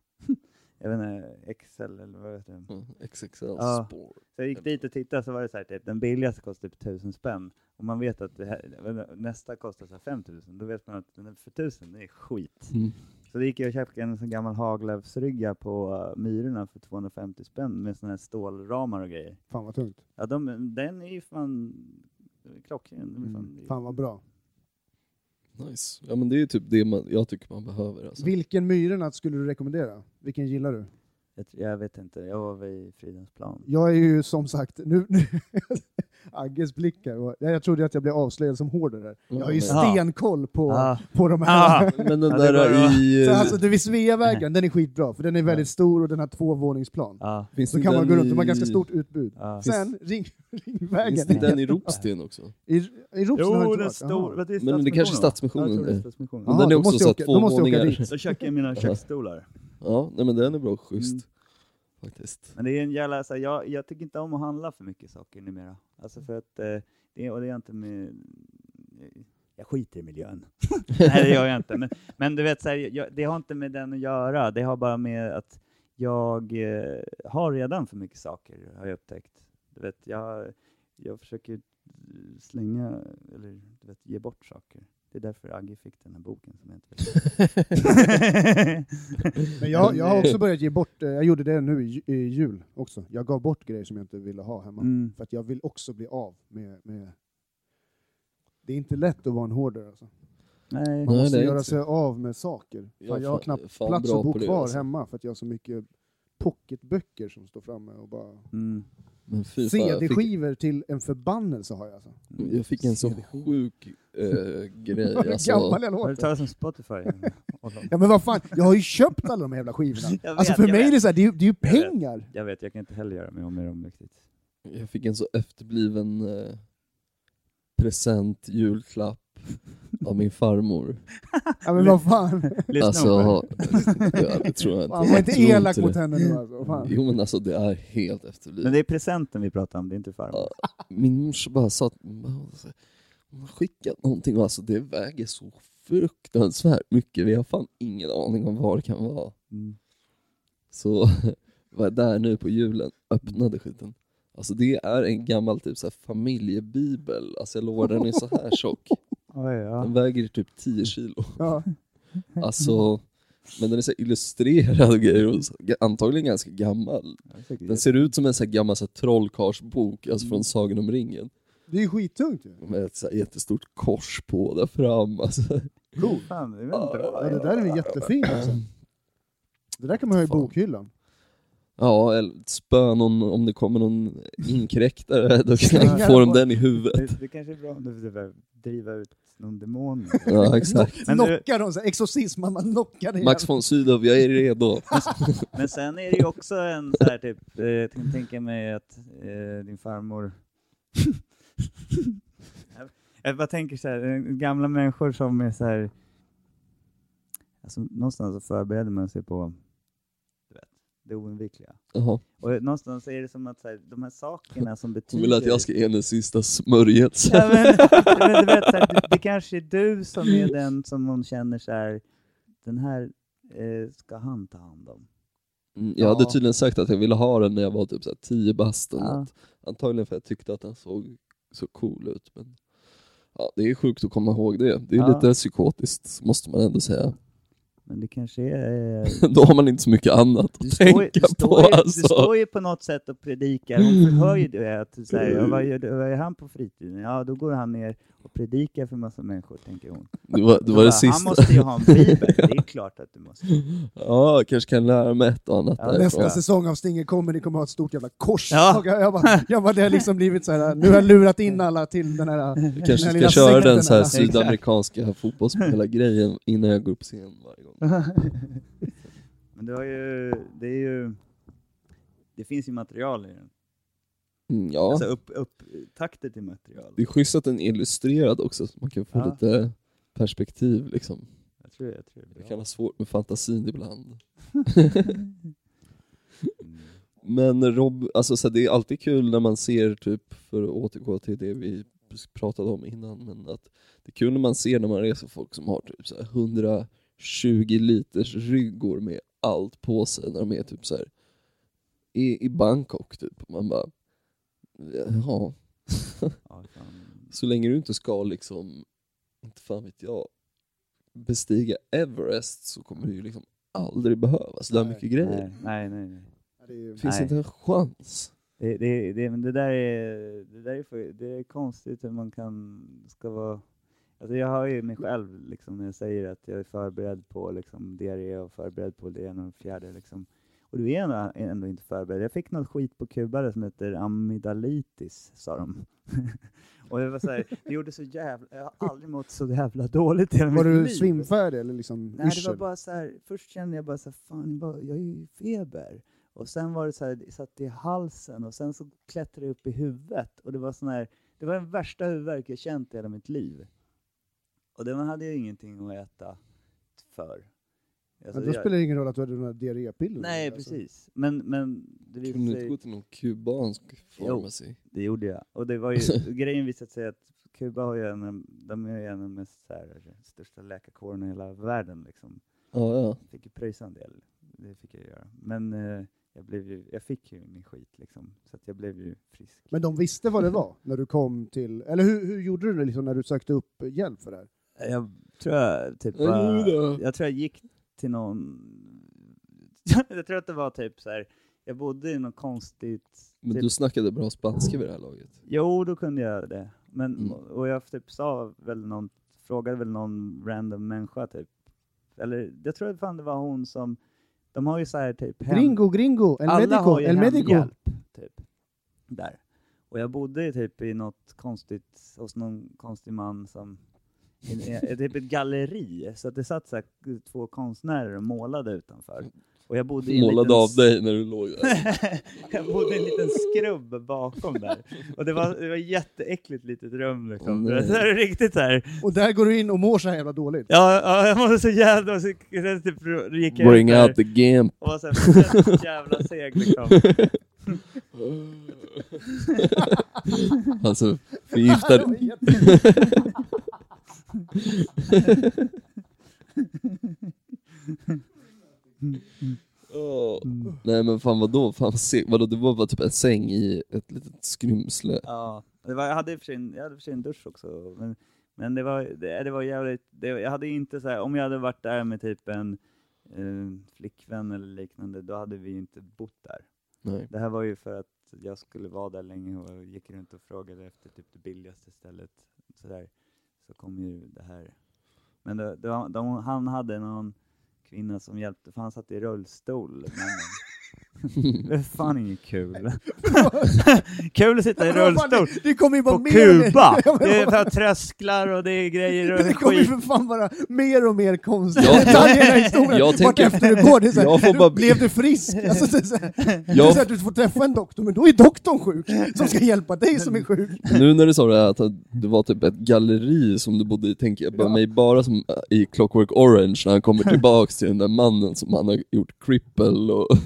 Speaker 2: jag vet inte, XL eller vad heter det?
Speaker 4: Mm, XXL
Speaker 2: Ja.
Speaker 4: spår.
Speaker 2: Så jag gick dit och tittade så var det så här, typ, den billigaste kostar typ 1000 spänn. Och man vet att det här, nästa kostar så här 5000. Då vet man att den är för 1000 det är skit.
Speaker 4: Mm.
Speaker 2: Så då gick jag och köpte en sån gammal haglövsrygga på uh, Myrorna för 250 spänn med såna här stålramar och grejer.
Speaker 1: Fan vad tungt.
Speaker 2: Ja,
Speaker 4: Mm.
Speaker 2: de, den är ju fan klockren. Den är fan-
Speaker 1: Fan vad bra.
Speaker 4: Nice. Ja men det är typ det man, jag tycker man behöver. Alltså.
Speaker 1: Vilken myrorna skulle du rekommendera? Vilken gillar du?
Speaker 2: Jag, tror- jag vet inte, jag var vid Fridens plan.
Speaker 1: Jag är ju som sagt... Nu, nu, Agges blick här. var- Jag trodde att jag blev avslöjad som hårdare. här. Jag har ju
Speaker 2: Ja.
Speaker 1: stenkoll på,
Speaker 2: Ah.
Speaker 1: på de här.
Speaker 2: Ah,
Speaker 4: Men den
Speaker 2: Ja, det
Speaker 4: där
Speaker 2: var bra.
Speaker 4: i...
Speaker 1: Så alltså, du vid Sveavägen, den är skitbra, för den är väldigt stor och den har två våningsplan.
Speaker 2: ja,
Speaker 4: eh, finns
Speaker 1: Så
Speaker 4: det
Speaker 1: kan man
Speaker 4: den
Speaker 1: gå runt, de har
Speaker 4: i-
Speaker 1: ganska stort utbud.
Speaker 2: ja.
Speaker 1: Sen ring,
Speaker 4: Finns
Speaker 1: Ringvägen.
Speaker 4: det den i Ropsten också?
Speaker 1: I, i Ropsen har jag
Speaker 2: Jo,
Speaker 1: inte
Speaker 2: den
Speaker 1: varit.
Speaker 2: stor...
Speaker 1: Jaha.
Speaker 2: vad, det är
Speaker 4: Men det kanske är
Speaker 2: Ja, jag tror
Speaker 4: Stadsmissionen.
Speaker 2: det är
Speaker 4: är.
Speaker 2: Stadsmissionen.
Speaker 4: Men
Speaker 1: Jaha,
Speaker 4: den är
Speaker 1: då
Speaker 4: också
Speaker 1: måste jag
Speaker 4: så
Speaker 1: åka-
Speaker 4: att
Speaker 1: då
Speaker 4: två
Speaker 1: måste jag åka
Speaker 4: våningar.
Speaker 1: dit.
Speaker 2: Så köker jag mina köksstolar.
Speaker 4: Ja, nej men den är bra, schysst.
Speaker 2: Mm.
Speaker 4: Faktiskt.
Speaker 2: Men det är en jävla, så här, jag, jag tycker inte om att handla för mycket saker numera. Alltså
Speaker 4: Mm.
Speaker 2: för att, eh, det, och det är inte med, eh, jag skiter i miljön. Nej det gör jag inte. Men, men du vet, så här, jag, det har inte med den att göra. Det har bara med att jag eh, har redan för mycket saker, har jag upptäckt. Du vet, jag, jag försöker slänga, eller du vet, ge bort saker. Det är därför Agge fick den här boken som jag inte vet.
Speaker 1: Men jag, jag har också börjat ge bort, eh, jag gjorde det nu i, ju- i jul också. Jag gav bort grejer som jag inte ville ha hemma.
Speaker 2: mm.
Speaker 1: För att jag vill också bli av med... med... Det är inte lätt att vara en hoarder alltså.
Speaker 2: Nej.
Speaker 1: Man
Speaker 4: Nej,
Speaker 1: måste
Speaker 4: det är
Speaker 1: göra
Speaker 4: inte
Speaker 1: sig av med saker.
Speaker 4: Ja,
Speaker 1: Fan, jag har
Speaker 4: fan-
Speaker 1: knappt
Speaker 4: fan
Speaker 1: plats
Speaker 4: bra
Speaker 1: att bo
Speaker 4: på det,
Speaker 1: kvar
Speaker 4: alltså.
Speaker 1: hemma för att jag har så mycket pocketböcker som står framme och bara...
Speaker 2: Mm.
Speaker 4: Men fy
Speaker 2: typ
Speaker 4: fan, jag fick,
Speaker 1: CD-skivor till en förbannelse har jag alltså.
Speaker 2: mm.
Speaker 4: jag fick en så
Speaker 2: CD-skiva.
Speaker 4: sjuk eh, grej. Alltså,
Speaker 1: Gammal jag
Speaker 2: Har du
Speaker 1: låter.
Speaker 2: talat om Spotify?
Speaker 1: Ja men vad fan, jag har ju köpt alla de här jävla skivorna.
Speaker 2: Jag vet,
Speaker 1: alltså för
Speaker 2: jag
Speaker 1: mig är
Speaker 2: vet.
Speaker 1: det så här, det är ju, det är ju
Speaker 2: Jag vet.
Speaker 1: pengar.
Speaker 2: jag vet, jag kan inte heller göra mig av med dem riktigt.
Speaker 4: jag fick en så efterbliven eh, present, julklapp av min farmor.
Speaker 1: Ja men vad fan.
Speaker 2: Lyssna
Speaker 4: Alltså, ja, det tror jag inte.
Speaker 1: Man var inte
Speaker 4: Jag tror
Speaker 1: elak
Speaker 4: det.
Speaker 1: mot henne nu alltså. Fan.
Speaker 4: Jo men alltså det är helt
Speaker 2: Men
Speaker 4: efterblivet.
Speaker 2: det är presenten vi pratar om, det är inte farmor.
Speaker 4: Ja. Min morsa bara sa att hon har skickat någonting och alltså det väger så fruktansvärt mycket. Vi har fan ingen aning om vad det kan vara.
Speaker 2: Mm.
Speaker 4: Så var där nu på julen, öppnade skiten. Alltså det är en gammal typ så här familjebibel, alltså jag lovar den är så här tjock.
Speaker 2: Oj, ja.
Speaker 4: Den väger typ 10 kilo.
Speaker 1: Ja.
Speaker 4: Alltså, men den är så här illustrerad och grejer och så, antagligen ganska gammal.
Speaker 2: Jag tycker
Speaker 4: Den
Speaker 2: det.
Speaker 4: ser ut som en så här gammal så här trollkarlsbok, alltså från Sagan om ringen.
Speaker 1: Det är ju skittungt ju.
Speaker 4: Med ett så här jättestort kors på där fram. Alltså.
Speaker 1: Cool.
Speaker 2: Fan, det är bra.
Speaker 1: Ja, det där är ju jättefint alltså. Det där kan man ha i
Speaker 4: Fan.
Speaker 1: bokhyllan.
Speaker 4: Ja, eller spö någon, om det kommer någon inkräktare, då kan
Speaker 1: Slänga
Speaker 2: den
Speaker 4: får de
Speaker 2: på-
Speaker 4: den i huvudet.
Speaker 2: Det, det kanske är bra om du försöker driva ut någon demon.
Speaker 4: Ja, exakt.
Speaker 2: Men, du,
Speaker 1: Knocka dem, så här, exorcism, man- man knockar ner.
Speaker 4: Max von Sydow, jag är redo.
Speaker 2: men sen är det ju också en så här typ, eh, jag kan tänka mig att eh, din farmor... Jag- jag bara tänker så här, eh, gamla människor som är så här... Alltså, någonstans så förbereder man sig på du vet, det oundvikliga.
Speaker 4: Jaha.
Speaker 2: Och eh, någonstans är det som att så här, de här sakerna som betyder...
Speaker 4: Hon vill att jag ska ge henne sista smörjelsen.
Speaker 2: Ja, men, men du vet, så här, det, det kanske är du som är den som hon känner så här, den här eh, ska han ta hand om.
Speaker 4: Mm, Jag hade
Speaker 2: Ja.
Speaker 4: tydligen sagt att jag ville ha den när jag var typ så här 10 bast eller
Speaker 2: Ja.
Speaker 4: något. Antagligen för att jag tyckte att den såg så cool ut. Men... Ja, det är sjukt att komma ihåg det. Det är
Speaker 2: Ja.
Speaker 4: lite psykotiskt, måste man ändå säga.
Speaker 2: Men det kanske är... Eh,
Speaker 4: Då har man inte så mycket annat
Speaker 2: Du
Speaker 4: att
Speaker 2: står, ju-
Speaker 4: tänka
Speaker 2: du,
Speaker 4: på.
Speaker 2: står ju,
Speaker 4: alltså. Mm.
Speaker 2: du står ju på något sätt och predikar, hon förhör ju det. Att, så här, ja, vad, gör, vad gör han på fritiden? Ja, då går han ner och predikar för massa människor, tänker hon.
Speaker 4: Det var det,
Speaker 2: Så
Speaker 4: var
Speaker 2: bara, Han
Speaker 4: det sista.
Speaker 2: måste ju ha en bibel, det är klart att du måste.
Speaker 4: Ja, jag kanske kan lära mig ett och annat
Speaker 2: Ja,
Speaker 4: därifrån.
Speaker 1: Nästa
Speaker 2: Ja.
Speaker 1: säsong av Stinger kommer, det kommer ha ett stort jävla kors.
Speaker 2: Ja.
Speaker 1: Jag, jag, bara, jag bara, det har liksom blivit så här. nu har jag lurat in alla till den här...
Speaker 4: Jag
Speaker 1: den här
Speaker 4: kanske ska
Speaker 1: lilla
Speaker 4: köra den
Speaker 1: sekten
Speaker 4: så här
Speaker 1: här.
Speaker 4: sydamerikanska fotbollsspelargrejen innan jag går upp scen varje gång.
Speaker 2: Men du har ju, det är ju... Det finns ju material i den.
Speaker 4: Mm, ja.
Speaker 2: Alltså upp, upp, takter till material.
Speaker 4: Det är schysst att den är illustrerad också, så man kan få
Speaker 2: Ja.
Speaker 4: lite perspektiv liksom.
Speaker 2: Jag tror, jag tror det
Speaker 4: Jag
Speaker 2: är
Speaker 4: kan
Speaker 2: bra.
Speaker 4: ha svårt med fantasin ibland.
Speaker 2: Mm,
Speaker 4: Men Rob, alltså så här, det är alltid kul när man ser, typ, för att återgå till det vi pratade om innan, men att det är kul när man ser när man reser folk som har typ så här 120 liters ryggor med allt på sig när de är typ så här i, i Bangkok typ. Man bara, ja,
Speaker 2: Ja, fan.
Speaker 4: så länge du inte ska liksom, inte fan vet jag, bestiga Everest så kommer du ju liksom aldrig behövas. Det är
Speaker 1: Nej.
Speaker 4: mycket grejer.
Speaker 2: Nej, nej, nej. nej.
Speaker 1: Det är ju-
Speaker 4: Finns
Speaker 2: Nej.
Speaker 4: inte en chans.
Speaker 2: Det, det, det, men det där är, det där är, för, det är konstigt hur man kan, ska vara Alltså jag hör ju mig själv liksom, när jag säger att jag är förberedd på liksom, det det är och förberedd på det ena och det fjärde. Liksom. Och du är ändå, ändå inte förberedd. Jag fick något skit på Kuba där som heter amygdalitis, sa de. och jag var så här, det gjorde så jävla, jag har aldrig mått så jävla dåligt i hela
Speaker 1: Var
Speaker 2: mitt
Speaker 1: du
Speaker 2: liv.
Speaker 1: svimfärdig eller liksom
Speaker 2: Nej, det var
Speaker 1: yrsel?
Speaker 2: bara så här, först kände jag bara så här, fan vad- jag är ju i feber. Och sen var det så här, det satt i halsen och sen så klättrade jag upp i huvudet. Och det var sån här, det var den värsta huvudvärk jag känt i hela mitt liv. Och det hade jag ingenting att äta för. Alltså,
Speaker 1: Men då
Speaker 2: jag-
Speaker 1: spelar det ingen roll att du hade de här diarrépillerna.
Speaker 2: Nej,
Speaker 1: Alltså.
Speaker 2: precis. Men, men det
Speaker 4: Kunde du
Speaker 2: visade
Speaker 4: inte gå
Speaker 2: sig,
Speaker 4: till någon kubansk farmacy?
Speaker 2: det gjorde jag. Och det var ju, grejen visade sig att Kuba har ju en, av- de är ju en av de mest så här, största läkarkåren i hela världen liksom.
Speaker 4: Ja, ja.
Speaker 2: fick ju pröjsa en del, det fick jag göra. Men eh, jag, blev ju, jag fick ju min skit liksom, så att jag blev ju frisk.
Speaker 1: Men de visste vad det var när du kom till... Eller hur, hur gjorde du det liksom när du sökte upp hjälp för det här?
Speaker 2: Jag tror jag typ
Speaker 4: Ja,
Speaker 2: bara,
Speaker 4: jo då.
Speaker 2: jag tror jag gick till någon, jag tror att det var typ så här. jag bodde i något konstigt,
Speaker 4: Men
Speaker 2: typ,
Speaker 4: du snackade bra spanska vid det här laget.
Speaker 2: jo då kunde jag det. Men,
Speaker 4: Mm.
Speaker 2: och jag typ sa väl någon, frågade väl någon random människa typ. Eller jag tror fan det var hon som, de har ju så här typ hem-
Speaker 1: Gringo, gringo, el medico, el medico.
Speaker 2: hemhjälp, typ. Där. Och jag bodde ju typ i något konstigt, hos någon konstig man som, i, i, i typ ett galleri, så att det satt så här, två konstnärer och målade utanför. Och jag bodde i en
Speaker 4: Målade
Speaker 2: liten
Speaker 4: av dig när du låg där.
Speaker 2: jag bodde i en liten skrubb bakom där. Och det var, det var ett jätteäckligt litet rum liksom.
Speaker 4: Åh,
Speaker 2: det
Speaker 4: nej.
Speaker 2: var så här, riktigt så här.
Speaker 1: Och där går du in och mår så här jävla dåligt.
Speaker 2: Ja, ja, jag mådde så jävla... Så, så, typ, gick jag
Speaker 4: Bring
Speaker 2: ut där
Speaker 4: out the game.
Speaker 2: och var så här, jävla seg liksom.
Speaker 4: alltså, förgiftad, Åh. Oh.
Speaker 2: Mm.
Speaker 4: Nej men fan vadå? Fan, se, vadå? Det var bara typ en säng i ett litet skrymsle.
Speaker 2: Ja, det var, jag hade i och för sig en- jag hade i och för sig en dusch också. Men, men det, var, det, det var jävligt, det, jag hade inte så här, om jag hade varit där med typ en eh, flickvän eller liknande, då hade vi inte bott där.
Speaker 4: Nej.
Speaker 2: Det här var ju för att jag skulle vara där länge och gick runt och frågade efter typ det billigaste stället. Så, där. så kom ju det här. Men det, det var, de, han hade någon kvinna som hjälpte, för han satt i rullstol. Men, det är fan inget kul. kul att sitta i rullstol
Speaker 1: Det kommer ju bara
Speaker 2: på
Speaker 1: mer och mer-
Speaker 2: Kuba.
Speaker 1: Ja, men
Speaker 2: Det är
Speaker 1: vad fan,
Speaker 2: för trösklar och det är grejer
Speaker 1: Det
Speaker 2: och
Speaker 1: kommer ju
Speaker 2: skit.
Speaker 1: för fan bara mer och mer konstiga
Speaker 4: Jag-
Speaker 1: detaljer i historien.
Speaker 4: Jag tänker-
Speaker 1: Vartefter du går, det är så här,
Speaker 4: Jag får
Speaker 1: är
Speaker 4: bara-
Speaker 1: du, blev du frisk? Alltså, det är så här, det är
Speaker 4: Jag-
Speaker 1: så här, du får träffa en doktor, men då är doktorn sjuk, som ska hjälpa dig som är sjuk.
Speaker 4: Nu när du sa det här att det var typ ett galleri som du bodde i, tänker jag bara
Speaker 1: Ja.
Speaker 4: mig bara som eh, i Clockwork Orange när han kommer tillbaks till den där mannen som han har gjort cripple och,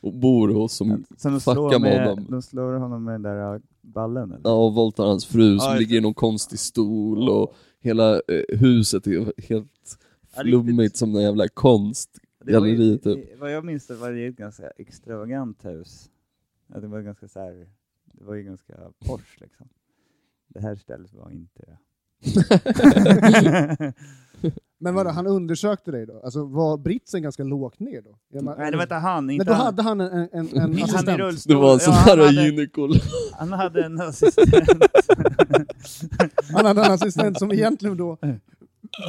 Speaker 4: och bor hos som
Speaker 2: Sen de
Speaker 4: fuckar
Speaker 2: slår,
Speaker 4: med
Speaker 2: med,
Speaker 4: honom.
Speaker 2: de slår honom med den där äh, ballen eller?
Speaker 4: Ja, och våldtar hans fru som
Speaker 2: Ja,
Speaker 4: ligger i någon konstig stol och hela eh, huset är helt
Speaker 2: Ja, riktigt.
Speaker 4: flummigt som den jävla konst.
Speaker 2: Det var
Speaker 4: Galleri,
Speaker 2: ju,
Speaker 4: typ.
Speaker 2: i- Vad jag minns det var det ju ett ganska extravagant hus. Ja, det var ganska så här, det var ju ganska Porsche liksom. Det här stället var inte det.
Speaker 1: Men vadå,
Speaker 2: Mm.
Speaker 1: han undersökte dig då? Alltså var britsen ganska lågt ner då? Jag menar-
Speaker 2: Nej, det var inte han.
Speaker 1: Nej,
Speaker 2: Inte
Speaker 1: då
Speaker 2: han.
Speaker 1: hade han en, en, en
Speaker 4: Han i
Speaker 2: han i
Speaker 1: assistent.
Speaker 4: Det
Speaker 2: rullstol.
Speaker 4: var en sån
Speaker 2: Ja,
Speaker 4: här
Speaker 2: han, hade,
Speaker 4: gynekol.
Speaker 2: han hade en assistent.
Speaker 1: Han hade en assistent som egentligen då
Speaker 2: Eh.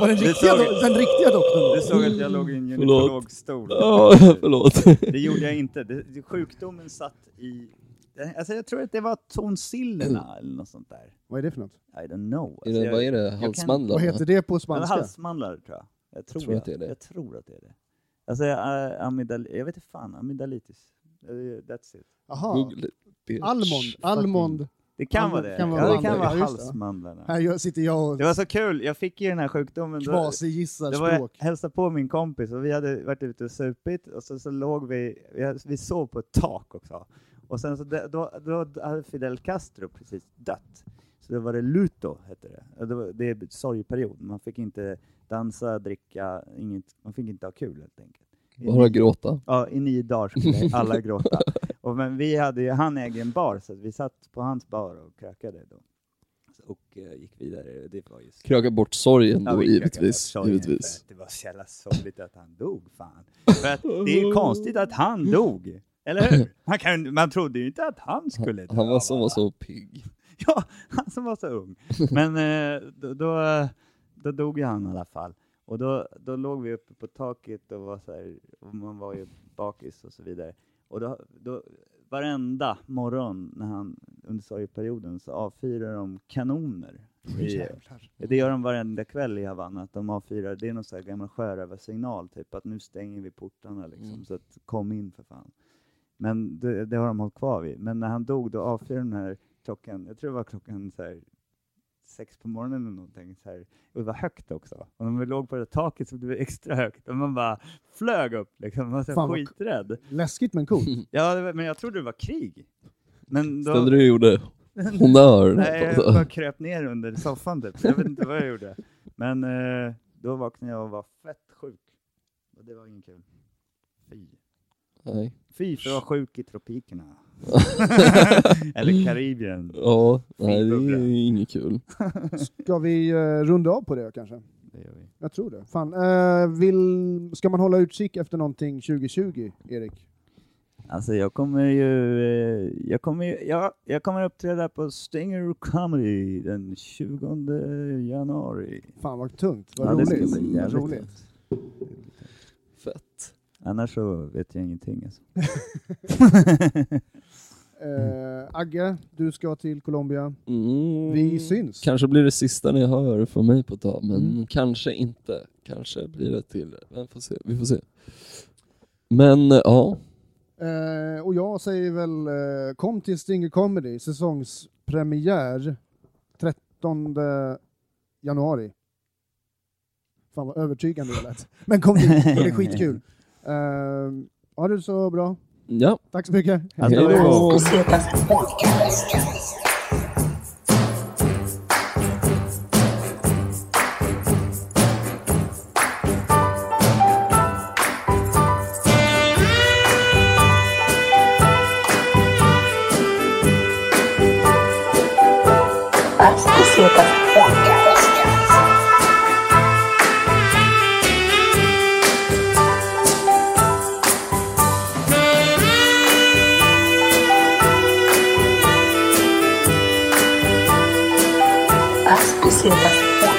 Speaker 1: var den riktiga,
Speaker 2: såg-
Speaker 1: do- den riktiga
Speaker 2: Du
Speaker 1: doktorn.
Speaker 2: såg att jag låg i en
Speaker 4: Förlåt.
Speaker 2: gynekologstol.
Speaker 4: Ja, förlåt.
Speaker 2: Det gjorde jag inte. Det, det- sjukdomen satt i... Alltså jag tror att det var tonsillerna eller något sånt där.
Speaker 1: Vad är det för något?
Speaker 2: I don't know.
Speaker 4: Är
Speaker 2: Alltså,
Speaker 4: det,
Speaker 2: jag-
Speaker 4: vad är det?
Speaker 1: Vad
Speaker 4: Halsmandlar?
Speaker 1: heter det på
Speaker 2: Ja, men
Speaker 1: spanska?
Speaker 2: halsmandlar tror jag. Jag tror, att det är det. Jag tror att det är det. Alltså, äh, amygdal- jag vet inte fan, amygdalitis. Eh, That's it.
Speaker 1: Aha.
Speaker 4: Google it, bitch.
Speaker 1: Almond. Almond.
Speaker 2: Det kan
Speaker 1: Ja,
Speaker 2: vara
Speaker 1: det
Speaker 2: det.
Speaker 1: kan vara
Speaker 2: ja, det
Speaker 1: bland
Speaker 2: kan
Speaker 1: det.
Speaker 2: vara
Speaker 1: Ja, just det.
Speaker 2: halsmandlarna.
Speaker 1: Här jag- sitter jag och
Speaker 2: Det var så kul, jag fick ju den här sjukdomen. Då,
Speaker 1: kvasigissar
Speaker 2: det var jag
Speaker 1: språk.
Speaker 2: hälsade på min kompis och vi hade varit ute och supit och så, så låg vi, vi, hade- vi sov på ett tak också. Och sen så det, då, då hade Fidel Castro precis dött. Så då var det luto, hette det. Och Det, var, det är sorgperiod, man fick inte dansa, dricka, inget, man fick inte ha kul helt enkelt.
Speaker 4: Bara gråta.
Speaker 2: Ja, i nio dagar skulle alla gråta. Och, men vi hade ju, han äger en bar, så att vi satt på hans bar och krökade då. Så- Och eh, gick vidare. Det var ju så-
Speaker 4: Kröka bort sorgen
Speaker 2: Ja,
Speaker 4: då,
Speaker 2: vi krökade
Speaker 4: givetvis.
Speaker 2: bort sorgen för
Speaker 4: givetvis.
Speaker 2: att Det var så jävla sorgligt att han dog, fan. För att det är ju konstigt att han dog, eller hur? Man, kan, man trodde ju inte att han skulle dö.
Speaker 4: Han var, som
Speaker 2: va?
Speaker 4: var så pigg.
Speaker 2: Ja, han som var så ung. Men eh, då, då, då dog ju han i alla fall. Och då, då låg vi uppe på taket och var så här, och man var ju bakis och så vidare. Och då, då, varenda morgon när han, under sorgeperioden så avfyrar de kanoner. I,
Speaker 1: Jävlar.
Speaker 2: det gör de varenda kväll i Havanna, att de avfyrar. Det är någon sån här gammal sjörövarsignal, typ att nu stänger vi portarna liksom,
Speaker 4: Mm.
Speaker 2: så att kom in för fan. Men det, det har de hållit kvar vid. Men när han dog, då avfyrade den här klockan, jag tror det var klockan så här, sex på morgonen eller någonting. Så här. Och det var högt också. Och när vi låg på det taket så blev det extra högt. Och man bara flög upp liksom. Man var så
Speaker 1: Fan,
Speaker 2: här
Speaker 1: vad-
Speaker 2: skiträdd.
Speaker 1: Läskigt men coolt.
Speaker 2: Ja, det var, men jag trodde det var krig. Men då...
Speaker 4: Ställde du och gjorde honnör?
Speaker 2: Nej, jag bara kröp ner under soffan typ. Jag vet inte vad jag gjorde. Men eh, då vaknade jag och var fett sjuk. Och det var ingen kul. Fy.
Speaker 4: Nej.
Speaker 2: Fy för att vara sjuk i tropikerna. Eller Karibien.
Speaker 4: Ja, nej det
Speaker 2: Fibubbla.
Speaker 4: är ju inget kul.
Speaker 1: Ska vi eh, runda av på det kanske?
Speaker 2: Det gör vi.
Speaker 1: Jag tror det. Fan. eh, vill, ska man hålla utkik efter någonting 2020, Erik?
Speaker 2: Alltså jag kommer ju, eh, jag kommer ju, jag, jag kommer uppträda på Stinger Comedy den 20 januari.
Speaker 1: Fan vad tungt, vad
Speaker 2: Ja, det ska
Speaker 1: roligt.
Speaker 2: bli
Speaker 1: Vad
Speaker 2: jävligt
Speaker 1: roligt.
Speaker 4: Fett.
Speaker 2: Annars så vet jag ingenting alltså.
Speaker 1: Eh, Agge, du ska till Colombia.
Speaker 4: Mm.
Speaker 1: Vi syns.
Speaker 4: Kanske blir det sista ni hör från mig på ett tag, men
Speaker 1: Mm.
Speaker 4: kanske inte. Kanske blir det till men får se. Vi får se. Men eh, ja,
Speaker 1: Eh, och jag säger väl eh, kom till Stinger Comedy, säsongspremiär 13 januari. Fan vad övertygande det lät. Men kom dit, det är skitkul. Eh, ha det så bra.
Speaker 4: ja.
Speaker 1: Tack så mycket.
Speaker 2: Hej
Speaker 4: Hej då.
Speaker 3: Especial Podcast. Especial Podcast. Especial Podcast.